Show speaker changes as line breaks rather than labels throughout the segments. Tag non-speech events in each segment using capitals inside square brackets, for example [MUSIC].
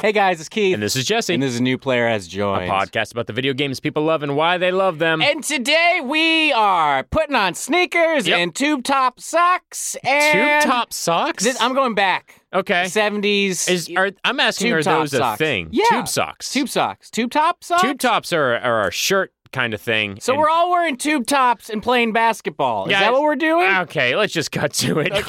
Hey guys, it's Keith.
And this is Jesse,
And this is a new player has
a
joined.
podcast about the video games people love and why they love them.
And today we are putting on sneakers
Yep.
and tube top socks and
Tube top socks?
Th- I'm going back.
okay.
70s.
Is, are, I'm asking,
Tube
are
top
those a
socks.
thing?
Yeah.
Tube socks.
tube socks. Tube top socks?
Tube tops are, are our shirt kind of thing.
So
and-
we're all wearing tube tops and playing basketball. Is
Guys, uh,
that what we're doing?
Okay, let's just cut to it.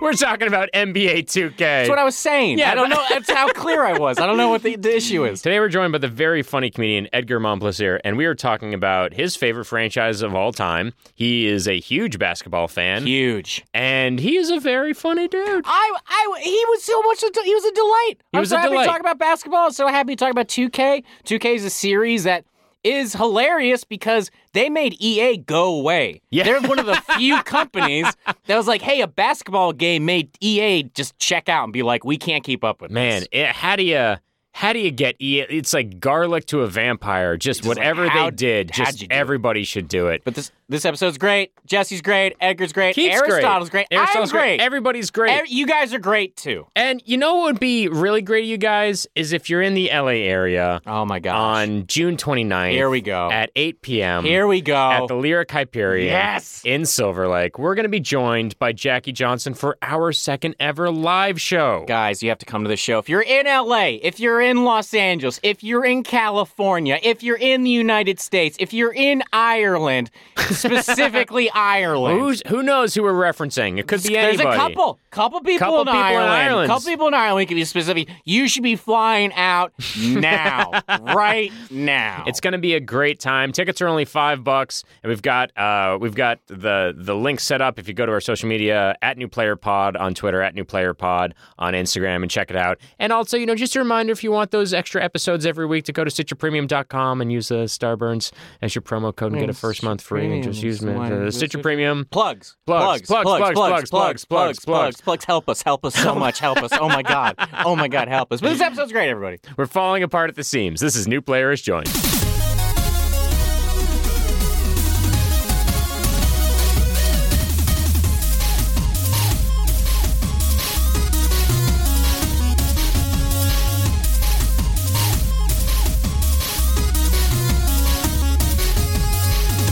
[LAUGHS] we're talking about NBA 2K.
That's what I was saying.
Yeah,
I don't
but-
know. That's how clear I was. I don't know what the, the issue
[LAUGHS]
is.
Today we're joined by the very funny comedian Edgar Monplaisir, and we are talking about his favorite franchise of all time. He is a huge basketball fan,
Huge.
and he is a very funny dude.
I, I, he was so much. A, de- he was a delight.
He
I'm
was
so
a
happy
delight.
to talk about basketball. I'm so happy to talk about 2K. 2K is a series that is hilarious because they made EA go away.
Yeah.
They're one of
[LAUGHS]
the few companies that was like, hey, a basketball game made EA just check out and be like, we can't keep up with
Man,
this.
it, how do you how do you get E- it's like garlic to a vampire. Just,
Just like,
whatever
how-
they did,
how'd
just
you do it?
everybody should do it.
But this this episode's great. Jesse's great. Edgar's great.
Keith's
Aristotle's great.
Aristotle's
I'm
great.
great.
Everybody's great.
Ev- you guys are great too.
and you know what would be really great, you guys, is if you're in the LA area
Oh my gosh.
on June 29th.
Here we go.
At 8 p.m.
Here we go.
at the Lyric Hyperion.
Yes.
In Silver Lake, we're going to be joined by Jackie Johnson for our second ever live show.
Guys, you have to come to the show. If you're in LA, if you're in Los Angeles, if you're in California, if you're in the United States, if you're in Ireland,
[LAUGHS]
specifically Ireland.
Who's, who knows who we're referencing? It could be
There's
anybody.
a couple, couple people,
Couple
in,
people in
Ireland,
Ireland.
couple people in Ireland. We can be specific. You should be flying out
[LAUGHS]
now, right now.
It's going to be a great time. Tickets are only five bucks, and we've got uh, we've got the the link set up. If you go to our social media at New Player Pod on Twitter, at New Player Pod on Instagram, and check it out. And also, you know, just a reminder if you want those extra episodes every week, to go to StitcherPremium.com and use the Starburns as your promo code and get a first month free. And just use me- the Stitcher Premium.
plugs,
Plugs, plugs, plugs, plugs, plugs, plugs.
plugs. Help us, help us so much, help us. Oh my god, oh my god, help us. But this episode's great, everybody.
We're falling apart at the seams. This is New Player is Joined.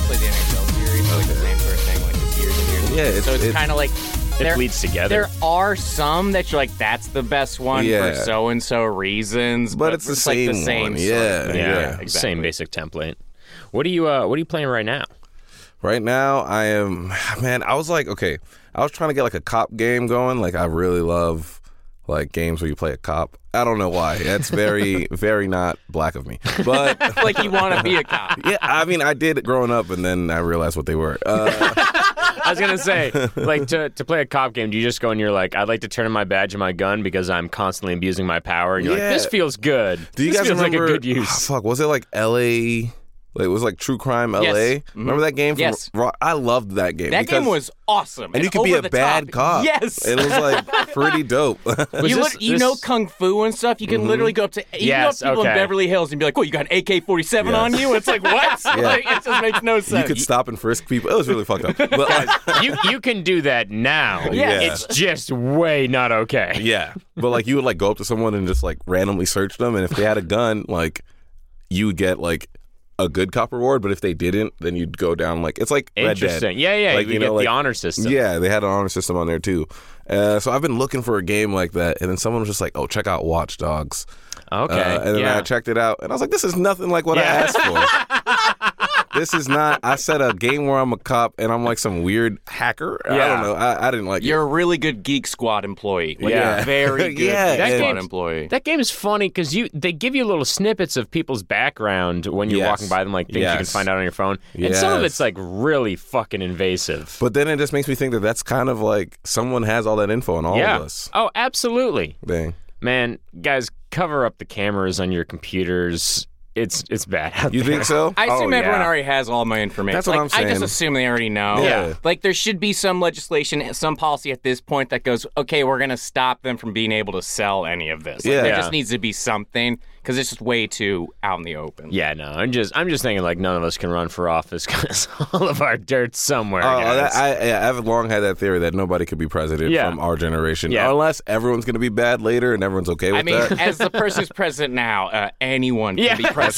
play the NHL series, like the same sort of thing, like it's years and years. and
Yeah,
years.
it's-
so it's,
it's-
kind of like
It
there,
bleeds together.
there are some that you're like, that's the best one
Yeah.
for so and so reasons,
But it's the
like the
same
same
one,
sort of
yeah,
thing.
yeah.
Same basic template. What are you uh, What are you playing right now?
Right now, I am man. I was like, okay, I was trying to get like a cop game going. Like, I really love like games where you play a cop. I don't know why. That's very,
[LAUGHS]
very not black of me. But
like you want to be a cop.
yeah, I mean, I did it growing up, and then I realized what they were. Uh,
I was gonna say, like to, to play a cop game, do you just go and you're like, I'd like to turn in my badge and my gun because I'm constantly abusing my power, and you're
Yeah.
like, this feels good.
do you
this
guys
feels
remember?
like a good
ah,
use?
[SIGHS] fuck, was it like L.A. Like it was like True Crime L.A.
Yes.
Remember that game? From
Yes.
Ro- I loved that game.
That game was
because-
awesome,
and you could be
over
a
the
bad
top.
cop.
Yes.
it was like
[LAUGHS]
pretty dope. [LAUGHS]
Was
you
[LAUGHS] this-
lit- you
this-
know kung fu and stuff. You can literally go up to you can
Yes,
go up to people
okay.
in Beverly Hills and be like, "Well, you got an AK-47 on you." It's like what? [LAUGHS] Like, it just makes no sense.
you could stop and frisk people. It was
[LAUGHS]
really fucked up. But
[LAUGHS]
like,
you you can do that now.
Yes.
it's just way not [LAUGHS] okay.
Yeah. But like you would like go up to someone and just like randomly search them and if they had a gun, like you would get like a good cop reward, but if they didn't, then you'd go down like it's like Red Dead.
Interesting. Yeah, yeah.
Like,
you,
you
get
know, like-
the honor system.
Yeah, they had an honor system on there too. Uh, so I've been looking for a game like that, and then someone was just like, "Oh, check out Watch Dogs,"
Okay.
uh, and then
yeah.
I checked it out, and I was like, "This is nothing like what
Yeah.
I asked
[LAUGHS]
for." this is not. I said a game where I'm a cop and I'm like some weird hacker. I
Yeah.
don't know. I, I didn't like. it.
You're a really good Geek Squad employee. Like,
Yeah.
you're a
[LAUGHS]
very good
Yeah,
Geek
that
Squad
game's-
employee.
That game is funny because you they give you little snippets of people's background when you're
Yes.
walking by them, like things you can
Yes.
find out on your phone, and some of
Yes.
it's like really fucking invasive.
But then it just makes me think that that's kind of like someone has all that info on all
yeah.
of us.
Oh, absolutely.
Dang.
Man, guys, cover up the cameras on your computers. It's it's bad. [LAUGHS] out
You
there.
think so?
I assume
Oh,
everyone
yeah.
already has all my information.
That's what
Like,
I'm
I just
saying.
assume they already know.
Yeah.
Like there should be some legislation, some policy at this point that goes, okay, we're gonna stop them from being able to sell any of this. Like,
Yeah.
There
Yeah.
just needs to be something. because it's just way too out in the open.
Yeah, no, I'm just I'm just thinking like none of us can run for office [LAUGHS] because all of our dirt's somewhere.
Oh,
guys.
that, I, I- I've long had that theory that nobody could be president
Yeah.
from our generation,
Yeah.
unless everyone's going to be bad later and everyone's okay with
I mean,
[LAUGHS]
that.
as the person who's president now, uh, anyone can
Yeah.
be
[LAUGHS]
president.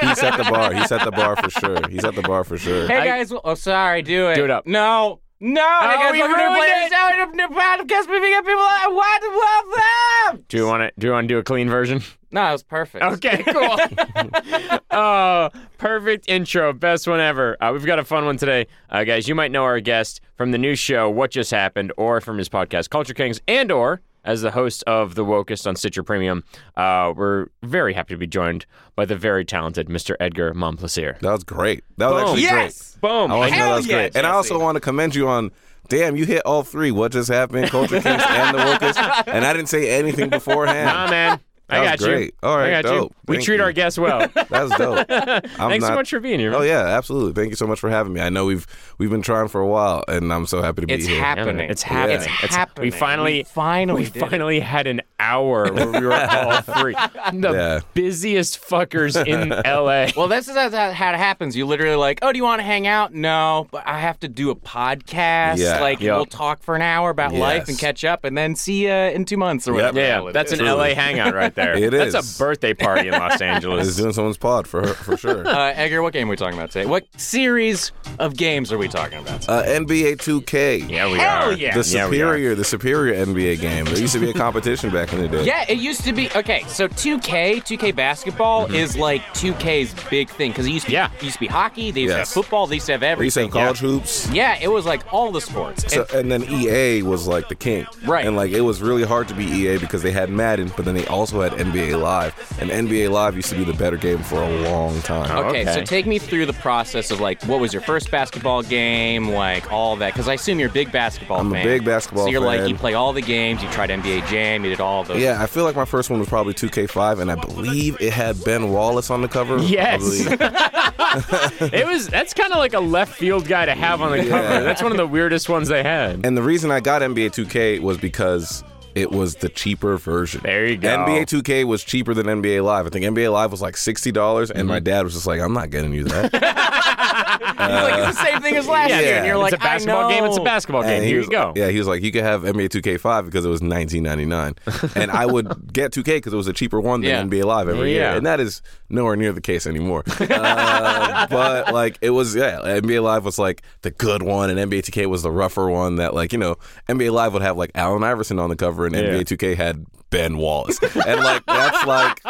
He set the bar. He set the bar for sure. He set the bar for sure.
Hey guys, oh sorry, do it.
Do it up. Oh,
No, no. hey guys,
you
welcome to
ruined
Players
it.
Out of the podcast. We got people. I want to love them.
do you want to do you want to do a clean version?
No, that was perfect.
Okay, cool. [LAUGHS] oh, perfect intro. Best one ever. Uh, we've got a fun one today. Uh, guys, you might know our guest from the new show, What Just Happened, or from his podcast, Culture Kings, and or as the host of The Wokest on Stitcher Premium. Uh, we're very happy to be joined by the very talented Mr. Edgar Monplaisir.
That was great. That was
Boom.
actually
Yes.
Boom.
great. Oh, I want to know
Hell
that was
yeah,
great. And I also
Jesse.
want to commend you on. Damn, you hit all three. What just happened? Culture Kings and the Workers. And I didn't say anything beforehand.
Nah, man. I
That
got
was
you.
great. All right,
I got
dope.
you. We
Thank
treat
you.
our guests well. [LAUGHS]
That's dope. [LAUGHS] I'm
Thanks so
not-
much for being here. man.
Oh yeah, absolutely. Thank you so much for having me. I know we've we've been trying for a while, and I'm so happy to be
It's
here.
Yeah, man.
happening.
It's happening.
It's
It's-
happening.
We finally,
We finally
we
did it.
finally had an hour where we were [LAUGHS] all free. The
Yeah.
busiest fuckers
[LAUGHS]
in LA.
Well, this is how, how it happens. You literally like, oh, do you want to hang out? No, but I have to do a podcast.
Yeah.
Like,
Yep.
we'll talk for an hour about life and
Yes.
catch up, and then see you in two months or
Yep.
whatever. the hell
yeah,
it
that's
is.
an LA hangout right there.
[LAUGHS] It
That's
is.
a birthday party in
[LAUGHS]
Los
I was
Angeles.
doing someone's pod for her, for sure.
Uh, Edgar, what game are we talking about today? What series of games are we talking about?
Uh, NBA 2K.
Yeah, we
Hell
are.
yeah.
The
Yeah, we are.
superior, the superior NBA game. There used to be a competition back in the day.
Yeah, it used to be okay. So 2K, 2K basketball is like 2K's big thing because it used to
Yeah.
it used to be hockey. They used
Yes.
to have football. They used to have
We used to
everything.
have college hoops.
yeah, it was like all the sports.
So, and then EA was like the king,
Right.
And like it was really hard to be EA because they had Madden, but then they also had NBA Live, and NBA Live used to be the better game for a long time.
Okay, so
Okay.
take me through the process of like what was your first basketball game, like all that, because I assume you're a big basketball
I'm a
fan.
big basketball
So you're like
fan.
you play all the games, you tried NBA Jam, you did all those.
Yeah, I feel like my first one was probably 2K5, and I believe it had Ben Wallace on the cover. I
Yes.
believe.
It was. That's kind of like a left field guy to have on the cover.
Yeah.
That's one of the weirdest ones they had.
And the reason I got NBA 2K was because it was the cheaper version.
There you go.
NBA 2K was cheaper than NBA Live. I think NBA Live was like $60, dollars
Mm-hmm.
and my dad was just like, I'm not getting you that.
It's like it's the same thing as last
Yeah.
year, and you're like,
it's a basketball
I know.
game. It's a basketball game.
he
Here
was,
you go.
Yeah, he was like, you could have NBA 2K5 because it was
[LAUGHS]
19.99, and I would get 2K because it was a cheaper one than
Yeah.
NBA Live every year,
Yeah.
and that is nowhere near the case anymore.
[LAUGHS]
Uh, but like, it was yeah, NBA Live was like the good one, and NBA 2K was the rougher one. That like you know, NBA Live would have like Allen Iverson on the cover, and NBA 2K had Ben Wallace, and like that's like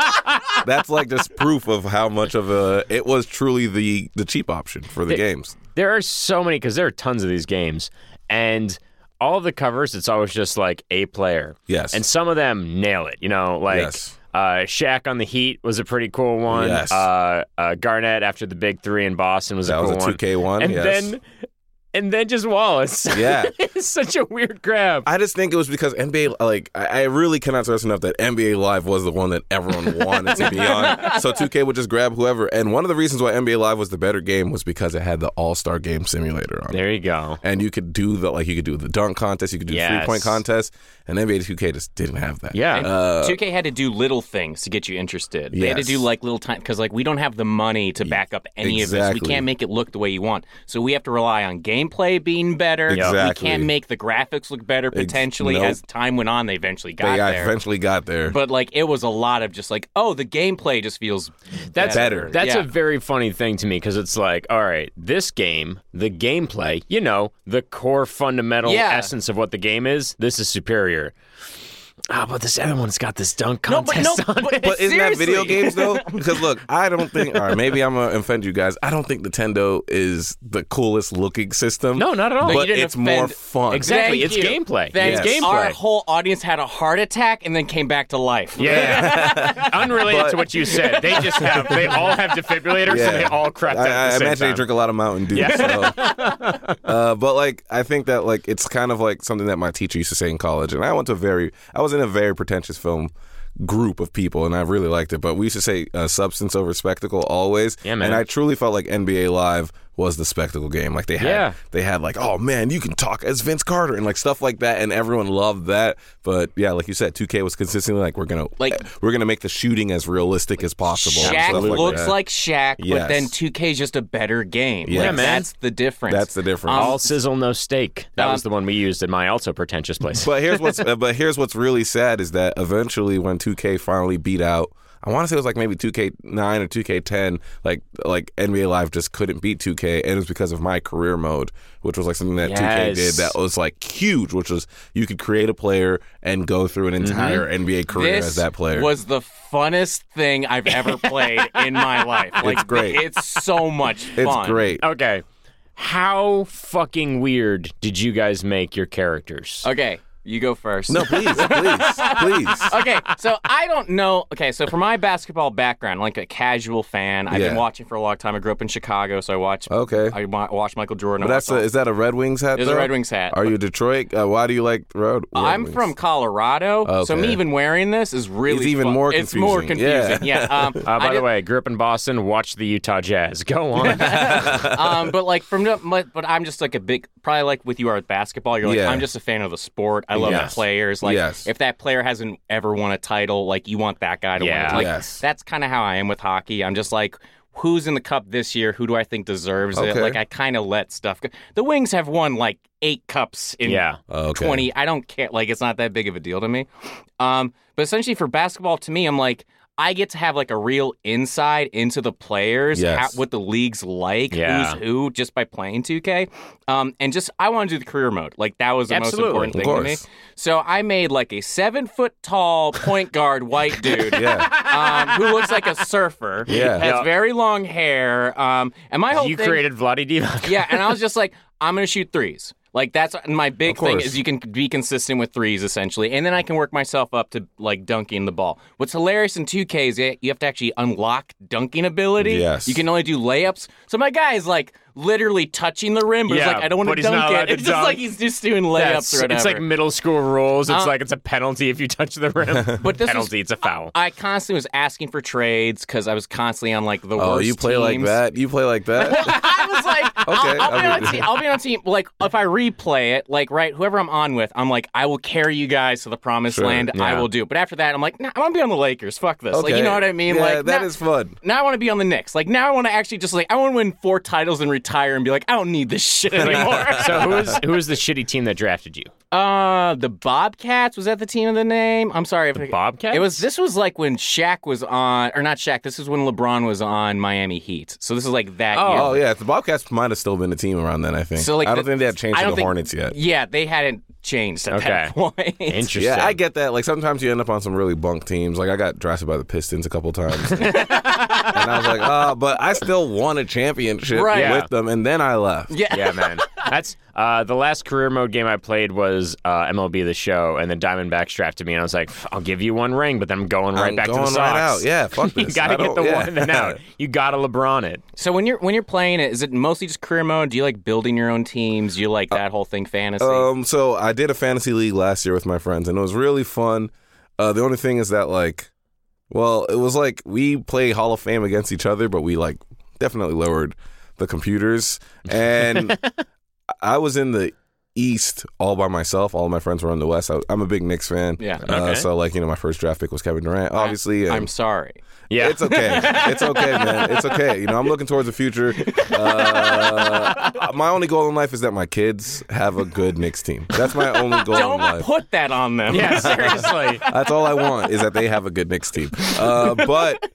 that's like just proof of how much of a it was truly the the cheap option for the games.
there are so many because there are tons of these games and all the covers it's always just like a player
Yes.
and some of them nail it you know like
Yes.
uh, Shaq on the Heat was a pretty cool one.
Yes.
Uh, uh, Garnett after the big three in Boston was
That
a
was
cool
a 2K one.
And
yes.
then, and then just Wallace.
Yeah.
[LAUGHS] it's such a weird grab.
I just think it was because NBA, like, I I really cannot stress enough that NBA Live was the one that
[LAUGHS]
everyone wanted to be on. So 2K would just grab whoever. And one of the reasons why NBA Live was the better game was because it had the All Star Game Simulator on it.
There you go.
And you could do the, like, you could do the dunk contest, you could do
Yes.
three point contest. And NBA 2K just didn't have that.
Yeah.
2K had to do little things to get you interested. They had to
Uh, Yes.
do like little time because like we don't have the money to back up any of this. We
Exactly.
can't make it look the way you want, so we have to rely on gameplay being better.
Exactly.
We can't make the graphics look better potentially.
nope.
As time went on, they eventually got
They
there.
eventually got there.
but like it was a lot of just like, oh, the gameplay just
[LAUGHS]
feels
That's
Better.
That's
Yeah.
a very funny thing to me because it's like, all right, this game, the gameplay, you know, the core fundamental
Yeah.
essence of what the game is. This is superior. Ah, but this other one's got this dunk
No, but
contest
no,
on
but,
it.
But
seriously.
isn't that
[LAUGHS]
video games though? Because look, I don't think. All right, maybe I'm gonna offend you guys. I don't think Nintendo is the coolest looking system.
[LAUGHS] No, not at all.
But you
But
didn't
it's more
offend-
fun.
Exactly,
Thank
it's
you.
gameplay.
Thank
It's
you. Our
gameplay.
whole audience had a heart attack and then came back to life. [LAUGHS]
yeah, unrelated to
But-
what you said. They just have, they all have defibrillators and they all crept out.
I,
at
I
the same
imagine they
time.
drink a lot of Mountain Dew.
Yeah.
So.
[LAUGHS]
uh, but like, I think that like it's kind of like something that my teacher used to say in college, and I went to a very, I was in a very pretentious film group of people, and I really liked it. But we used to say uh, substance over spectacle always.
Yeah, man.
And I truly felt like NBA Live was the spectacle game. Like they had,
Yeah.
they had like, oh man, you can talk as Vince Carter and like stuff like that, and everyone loved that. But yeah, like you said, 2K was consistently like, we're gonna
Like-
we're gonna make the shooting as realistic as possible. and
Shaq
stuff like
looks
that.
like Shaq, but
Yes.
then 2K is just a better game.
Yeah,
Like,
man.
That's the difference.
That's the difference.
All sizzle, no steak. That
um,
was the one we used in my also pretentious place.
[LAUGHS] But here's what's uh, but here's what's really sad is that eventually when 2K finally beat out, I want to say it was like maybe 2K9 or 2K10, like like NBA Live just couldn't beat 2K, and it was because of my career mode, which was like something that 2K did
Yes.
that was like huge, which was you could create a player and go through an entire NBA career
Mm-hmm. this
as that player.
was the funnest thing I've
[LAUGHS]
ever played in my life. Like,
great.
It's so much
it's
fun. [LAUGHS]
great.
okay. How fucking weird did you guys make your
Uh,
characters?
Okay, you go first.
No, please, please, please.
okay, so [LAUGHS] I don't know. Okay, so for my basketball background, like a casual fan, I've been
Yeah.
watching for a long time. I grew up in Chicago, so I watched.
Okay.
I wa- watched Michael Jordan.
But that's a, is that a Red Wings hat?
it was a
though?
Red Wings hat.
Are you Detroit? Uh, why do you like Red? Red
I'm
Wings?
from Colorado, so me
Okay.
even wearing this is really
It's even
fu-
more
It's more
confusing, yeah.
confusing. Yeah. Um,
[LAUGHS]
Uh, by
I
the
did-
way, grew up in Boston, watched the Utah Jazz. Go
[LAUGHS]
on.
um, but like from the- my- but I'm just like a big probably like with you are with basketball. You're like
Yeah.
I'm just a fan of the sport. I love
Yes.
the players. Like
Yes.
if that player hasn't ever won a title, like you want that guy to win.
Yeah.
It. Like
Yes.
that's kind of how I am with hockey. I'm just like. Who's in the cup this year? Who do I think deserves it?
Okay.
Like I kind of let stuff go. The Wings have won like eight cups in
[LAUGHS] yeah.
Okay.
20 i don't care like it's not that big of a deal to me um but essentially for basketball to me i'm like i get to have like a real inside into the players
Yes.
how, what the league's like
Yeah.
who's who just by playing 2k um and just i want to do the career mode like that was the
Absolutely.
most important
Of
thing to me
course.
so i made like a seven foot tall point guard white
[LAUGHS]
dude [LAUGHS]
Yeah.
um, who looks like a surfer
Yeah.
has
Yeah.
very long hair um and my whole
You
thing
created Vladi
[LAUGHS]
[LAUGHS]
Divac.
yeah, and I was just like, I'm gonna shoot threes. Like that's my big
Of
thing
course.
is you can be consistent with threes essentially, and then I can work myself up to like dunking the ball. What's hilarious in 2K is that you have to actually unlock dunking ability.
Yes.
you can only do layups. So my guy is like literally touching the rim, but he's
Yeah,
like, I don't want
but he's
dunk
not allowed
it.
to
It's just like
dunk.
he's just doing
That's-
layups or whatever.
it's like middle school rules. It's
Uh,
like it's a penalty if you touch the
[LAUGHS]
rim.
But this was-
penalty, it's a foul.
I constantly was asking for trades because I was constantly on like the
Oh,
worst
you play like
teams.
that? You play like that?
I was like,
[LAUGHS] Okay,
I'll, I'll, be
I
on
mean-
team, I'll be on team. Like, if I replay it, like, right, whoever I'm on with, I'm like, I will carry you guys to the promised
Sure,
land. I
yeah.
will do. it. But after that, I'm like, nah, I want to be on the Lakers. Fuck this. Like, you know what I mean?
Yeah,
like,
that
nah-
is fun.
now I want to be on the Knicks. Like, now I want to actually just like, I want to win four titles and retire and be like, I don't need this shit
[LAUGHS]
anymore.
so who is who is the shitty team that drafted you?
uh, the Bobcats was that the team of the name? I'm sorry, if I-
Bobcats?
It was. This was like when Shaq was on, or not Shaq. This is when LeBron was on Miami Heat. So this is like that. year.
Oh yeah, the Bobcats might have still been a team around then. I think.
So like
I don't
the-
think they have changed
I
to
don't
the
think-
Hornets yet.
Yeah, they hadn't changed at
Okay.
that point. [LAUGHS]
Interesting.
Yeah, I get that. Like sometimes you end up on some really bunk teams. Like I got drafted by the Pistons a couple times, and I was like, oh, but I still won a championship
Right.
Yeah.
with them, and then I left.
yeah.
yeah, man. That's uh, the last career mode game I played was uh, MLB The Show, and then Diamondbacks drafted me, and I was like, "I'll give you one ring, but then I'm going right
I'm
back
going
to the Sox."
right out. Yeah, fuck this.
[LAUGHS] you
I
gotta get
don't-
the
[LAUGHS] yeah.
one and then out. You gotta LeBron it.
So when you're when you're playing it, is it mostly just career mode? Do you like building your own teams? Do you
Uh,
like that whole thing, fantasy?
Um, so I did a fantasy league last year with my friends, and it was really fun. Uh, the only thing is that like, well, it was like we play Hall of Fame against each other, but we like definitely lowered the computers, and I was in the East all by myself. All my friends were in the West. I, I'm a big Knicks fan.
Yeah.
Uh,
Okay.
so like you know, my first draft pick was Kevin Durant, obviously. and-
I'm sorry.
Yeah,
it's okay. It's okay, man. It's okay. You know, I'm looking towards the future. Uh, my only goal in life is that my kids have a good Knicks team. That's my only goal in
Don't
life.
put that on them.
[LAUGHS]
[LAUGHS]
yeah, seriously.
That's all I want is that they have a good Knicks team. Uh, but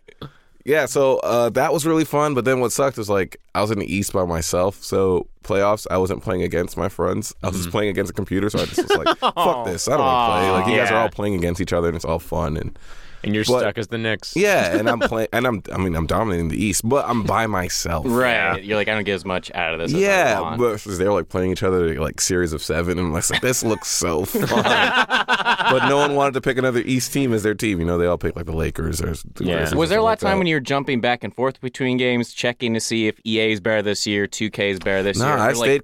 yeah, so uh, that was really fun. But then what sucked is like I was in the East by myself, so playoffs I wasn't playing against my friends. I was just playing against a computer, so I just
[LAUGHS]
was like, "Fuck this! I don't want to play." Like you guys are
Yeah.
all playing against each other, and it's all fun and.
And you're
But-
stuck as the Knicks.
Yeah, and I'm playing, and I'm, I mean, I'm dominating the East, but I'm
[LAUGHS]
by myself.
Right. You're like, I don't get as much out of this. As I
Yeah,
want.
but they're like playing each other like series of seven, and I'm like, this looks so fun. but no one wanted to pick another East team as their team. You know, they all picked like the Lakers or the
Yeah.
Grizzlies or
was there a
something
lot
like
of time
that.
when you were jumping back and forth between games, checking to see if EA is better this year, 2K is better this
No,
year?
I
Or, like, [LAUGHS]
stayed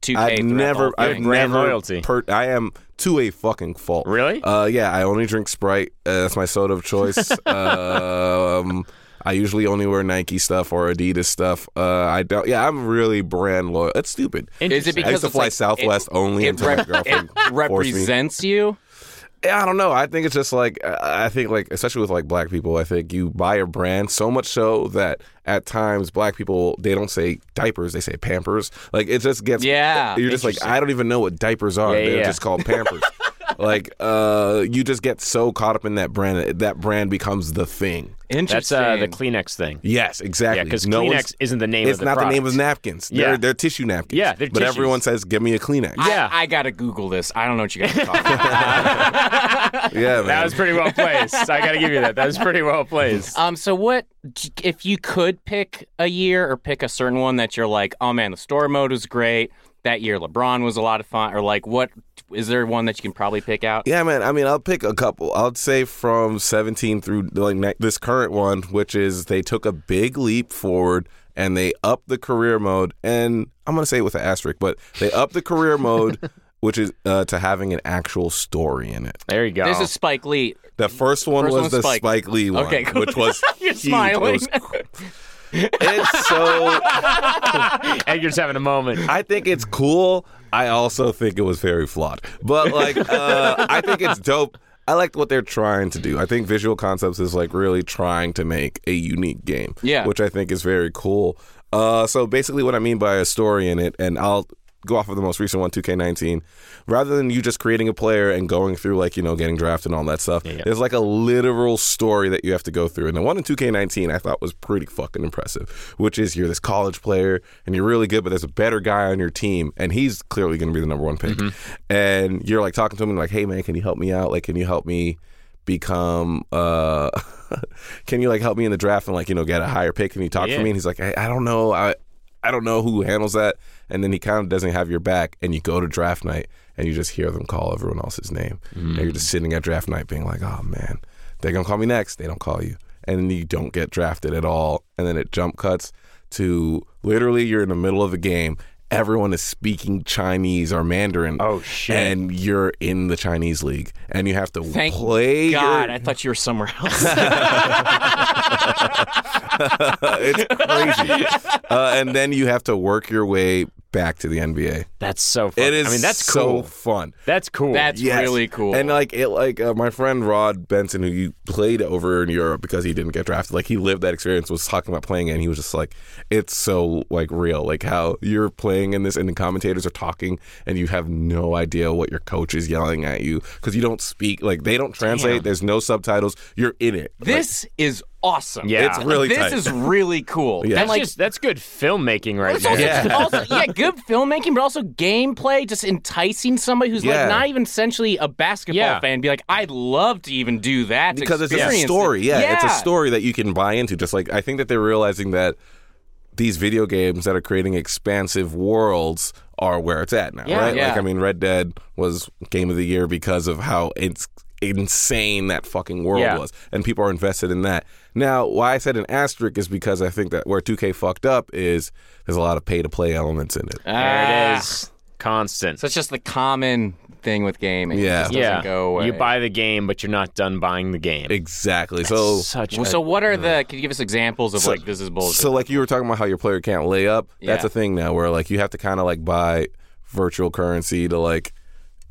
just 2K
I've
throughout the
never,
whole
I've
thing.
Brand
never
loyalty.
Per, I am to a fucking fault.
[LAUGHS]
Really?
Uh, yeah. I only drink Sprite. Uh, that's my soda of choice. um, I usually only wear Nike stuff or Adidas stuff. Uh, I don't. Yeah, I'm really brand loyal. It's stupid.
Is it
I
because
used to
it's
fly
like-
Southwest only
it,
until my
rep-
girlfriend
it
forced me.
represents you?
Yeah, I don't know. I think it's just like uh, I I think like especially with like black people, I think you buy a brand so much so that at times black people they don't say diapers, they say Pampers. Like it just gets
Yeah,
You're just like I don't even know what diapers are.
Yeah, yeah,
They're
yeah.
just
[LAUGHS]
called Pampers. like uh you just get so caught up in that brand that that brand becomes the thing.
That's
Interesting.
uh, the Kleenex thing.
Yes, exactly.
Yeah, because
No one's-
Kleenex isn't the name
It's
of the
not the name of
product.
napkins.
Yeah.
They're, they're tissue napkins.
Yeah, they're
but
tissues.
everyone says, "Give me a Kleenex."
I-
yeah.
I, gotta Google this. I don't know what you guys are talking about.
yeah, man.
[LAUGHS] That was pretty well placed. I got to give you that. That was pretty well placed.
[LAUGHS]
Um, so what if you could pick a year or pick a certain one that you're like, oh man, the store mode was great that year. LeBron was a lot of fun. Or like, what is there one that you can probably pick out?
Yeah, man. I mean, I'll pick a couple. I'd say from 17 through like ne- this current one, which is they took a big leap forward and they upped the career mode. And I'm gonna say it with an asterisk, but they upped the
[LAUGHS]
career mode, which is uh, to having an actual story in it.
There you go.
This is Spike Lee.
The first one
First
was
one's
the
Spike.
Spike. Lee one,
Okay, cool.
which was
[LAUGHS] You're
huge. It
smiling.
was cr- it's so.
Edgar's having a moment.
I think it's cool. I also think it was very flawed, but like uh, I think it's dope. I like what they're trying to do. I think Visual Concepts is like really trying to make a unique game,
Yeah.
which I think is very cool. Uh, so basically, what I mean by a story in it, and I'll go off of the most recent one, 2K19. Rather than you just creating a player and going through like you know getting drafted and all that stuff, there's like a literal story that you have to go through. And the one in 2K19 I thought was pretty fucking impressive, which is you're this college player and you're really good, but there's a better guy on your team, and he's clearly going to be the number one pick. And you're like talking to him and like, hey man, can you help me out? Like, can you help me? become uh [LAUGHS] can you like help me in the draft and like you know get a higher pick and you talk
Yeah.
for me and he's like I, I don't know I I don't know who handles that and then he kind of doesn't have your back and you go to draft night and you just hear them call everyone else's name and you're just sitting at draft night being like oh man they're gonna call me next they don't call you and then you don't get drafted at all and then it jump cuts to literally you're in the middle of a game everyone is speaking Chinese or Mandarin
Oh, shit.
and you're in the Chinese league and you have to
Thank
play
God,
your-
I thought you were somewhere [LAUGHS] else.
[LAUGHS] it's crazy. uh, and then you have to work your way back to the NBA.
That's so fun.
It is
I mean, that's
so
cool.
fun.
That's cool.
That's
Yes.
really cool.
And like it, like uh, my friend Rod Benson, who you played over in Europe because he didn't get drafted. Like he lived that experience. Was talking about playing it, and he was just like, "It's so like real. Like how you're playing in this, and the commentators are talking, and you have no idea what your coach is yelling at you because you don't speak. Like they don't translate. There's no subtitles. You're in it.
this is awesome.
Yeah. It's
really
this
tight.
is really cool.
Yeah.
that's
And like,
just that's good filmmaking right
It's also,
there.
Yeah.
yeah. also yeah, [LAUGHS] good filmmaking, but also gameplay, just enticing somebody who's like
Yeah.
not even essentially a basketball
Yeah.
fan, be like, I'd love to even do that to
because it's just a
experience
story.
it."
Yeah, it's a story that you can buy into. Just like I think that they're realizing that these video games that are creating expansive worlds are where it's at now,
Yeah.
right?
Yeah.
Like I mean, Red Dead was game of the year because of how it's insane that fucking world
Yeah.
was, and people are invested in that. Now, why I said an asterisk is because I think that where 2K fucked up is there's a lot of pay to play elements in it.
There
Ah.
it is. Constant.
So it's just the common thing with gaming.
Yeah.
It just
yeah.
doesn't go away.
You buy the game, but you're not done buying the game.
Exactly. So
Such
Well,
a-
so what are the? Can you give us examples of
So-
like this is bullshit?
So like you were talking about how your player can't lay up. That's
Yeah.
a thing now where like you have to kind of like buy virtual currency to like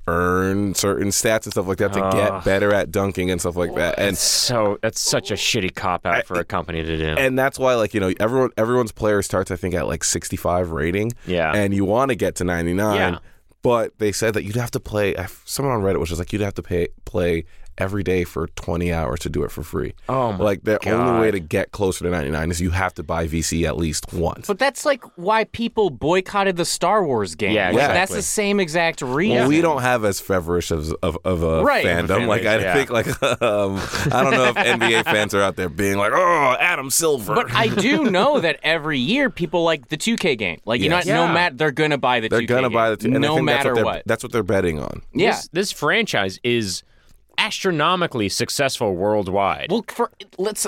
earn certain stats and stuff like that to get better at dunking and stuff like that. And
so that's such a shitty cop out for a company to do.
and that's why like you know everyone everyone's player starts I think at like 65 rating.
Yeah.
And you want to get to 99.
Yeah.
But they said that you'd have to play. I- Someone on Reddit was just like, you'd have to pay, play every day for 20 hours to do it for free.
Oh my
like the
God.
only way to get closer to 99 is you have to buy VC at least once.
but that's like why people boycotted the Star Wars game.
Yeah,
Like, That's
exactly.
the same exact reason.
Well, we don't have as feverish of of, of a
Right.
fandom. Like I
yeah.
think, like [LAUGHS] um, I don't know
[LAUGHS]
if NBA fans are out there being like, "Oh, Adam Silver."
But I do know that every year people like the 2K game. Like you know,
Yes.
no
Yeah.
matter they're gonna buy the
they're
2K
gonna
game,
buy the two, and I
no
think
matter
that's what, they're-
what.
That's what they're betting on.
Yeah.
this, this franchise is astronomically successful worldwide.
well, for let's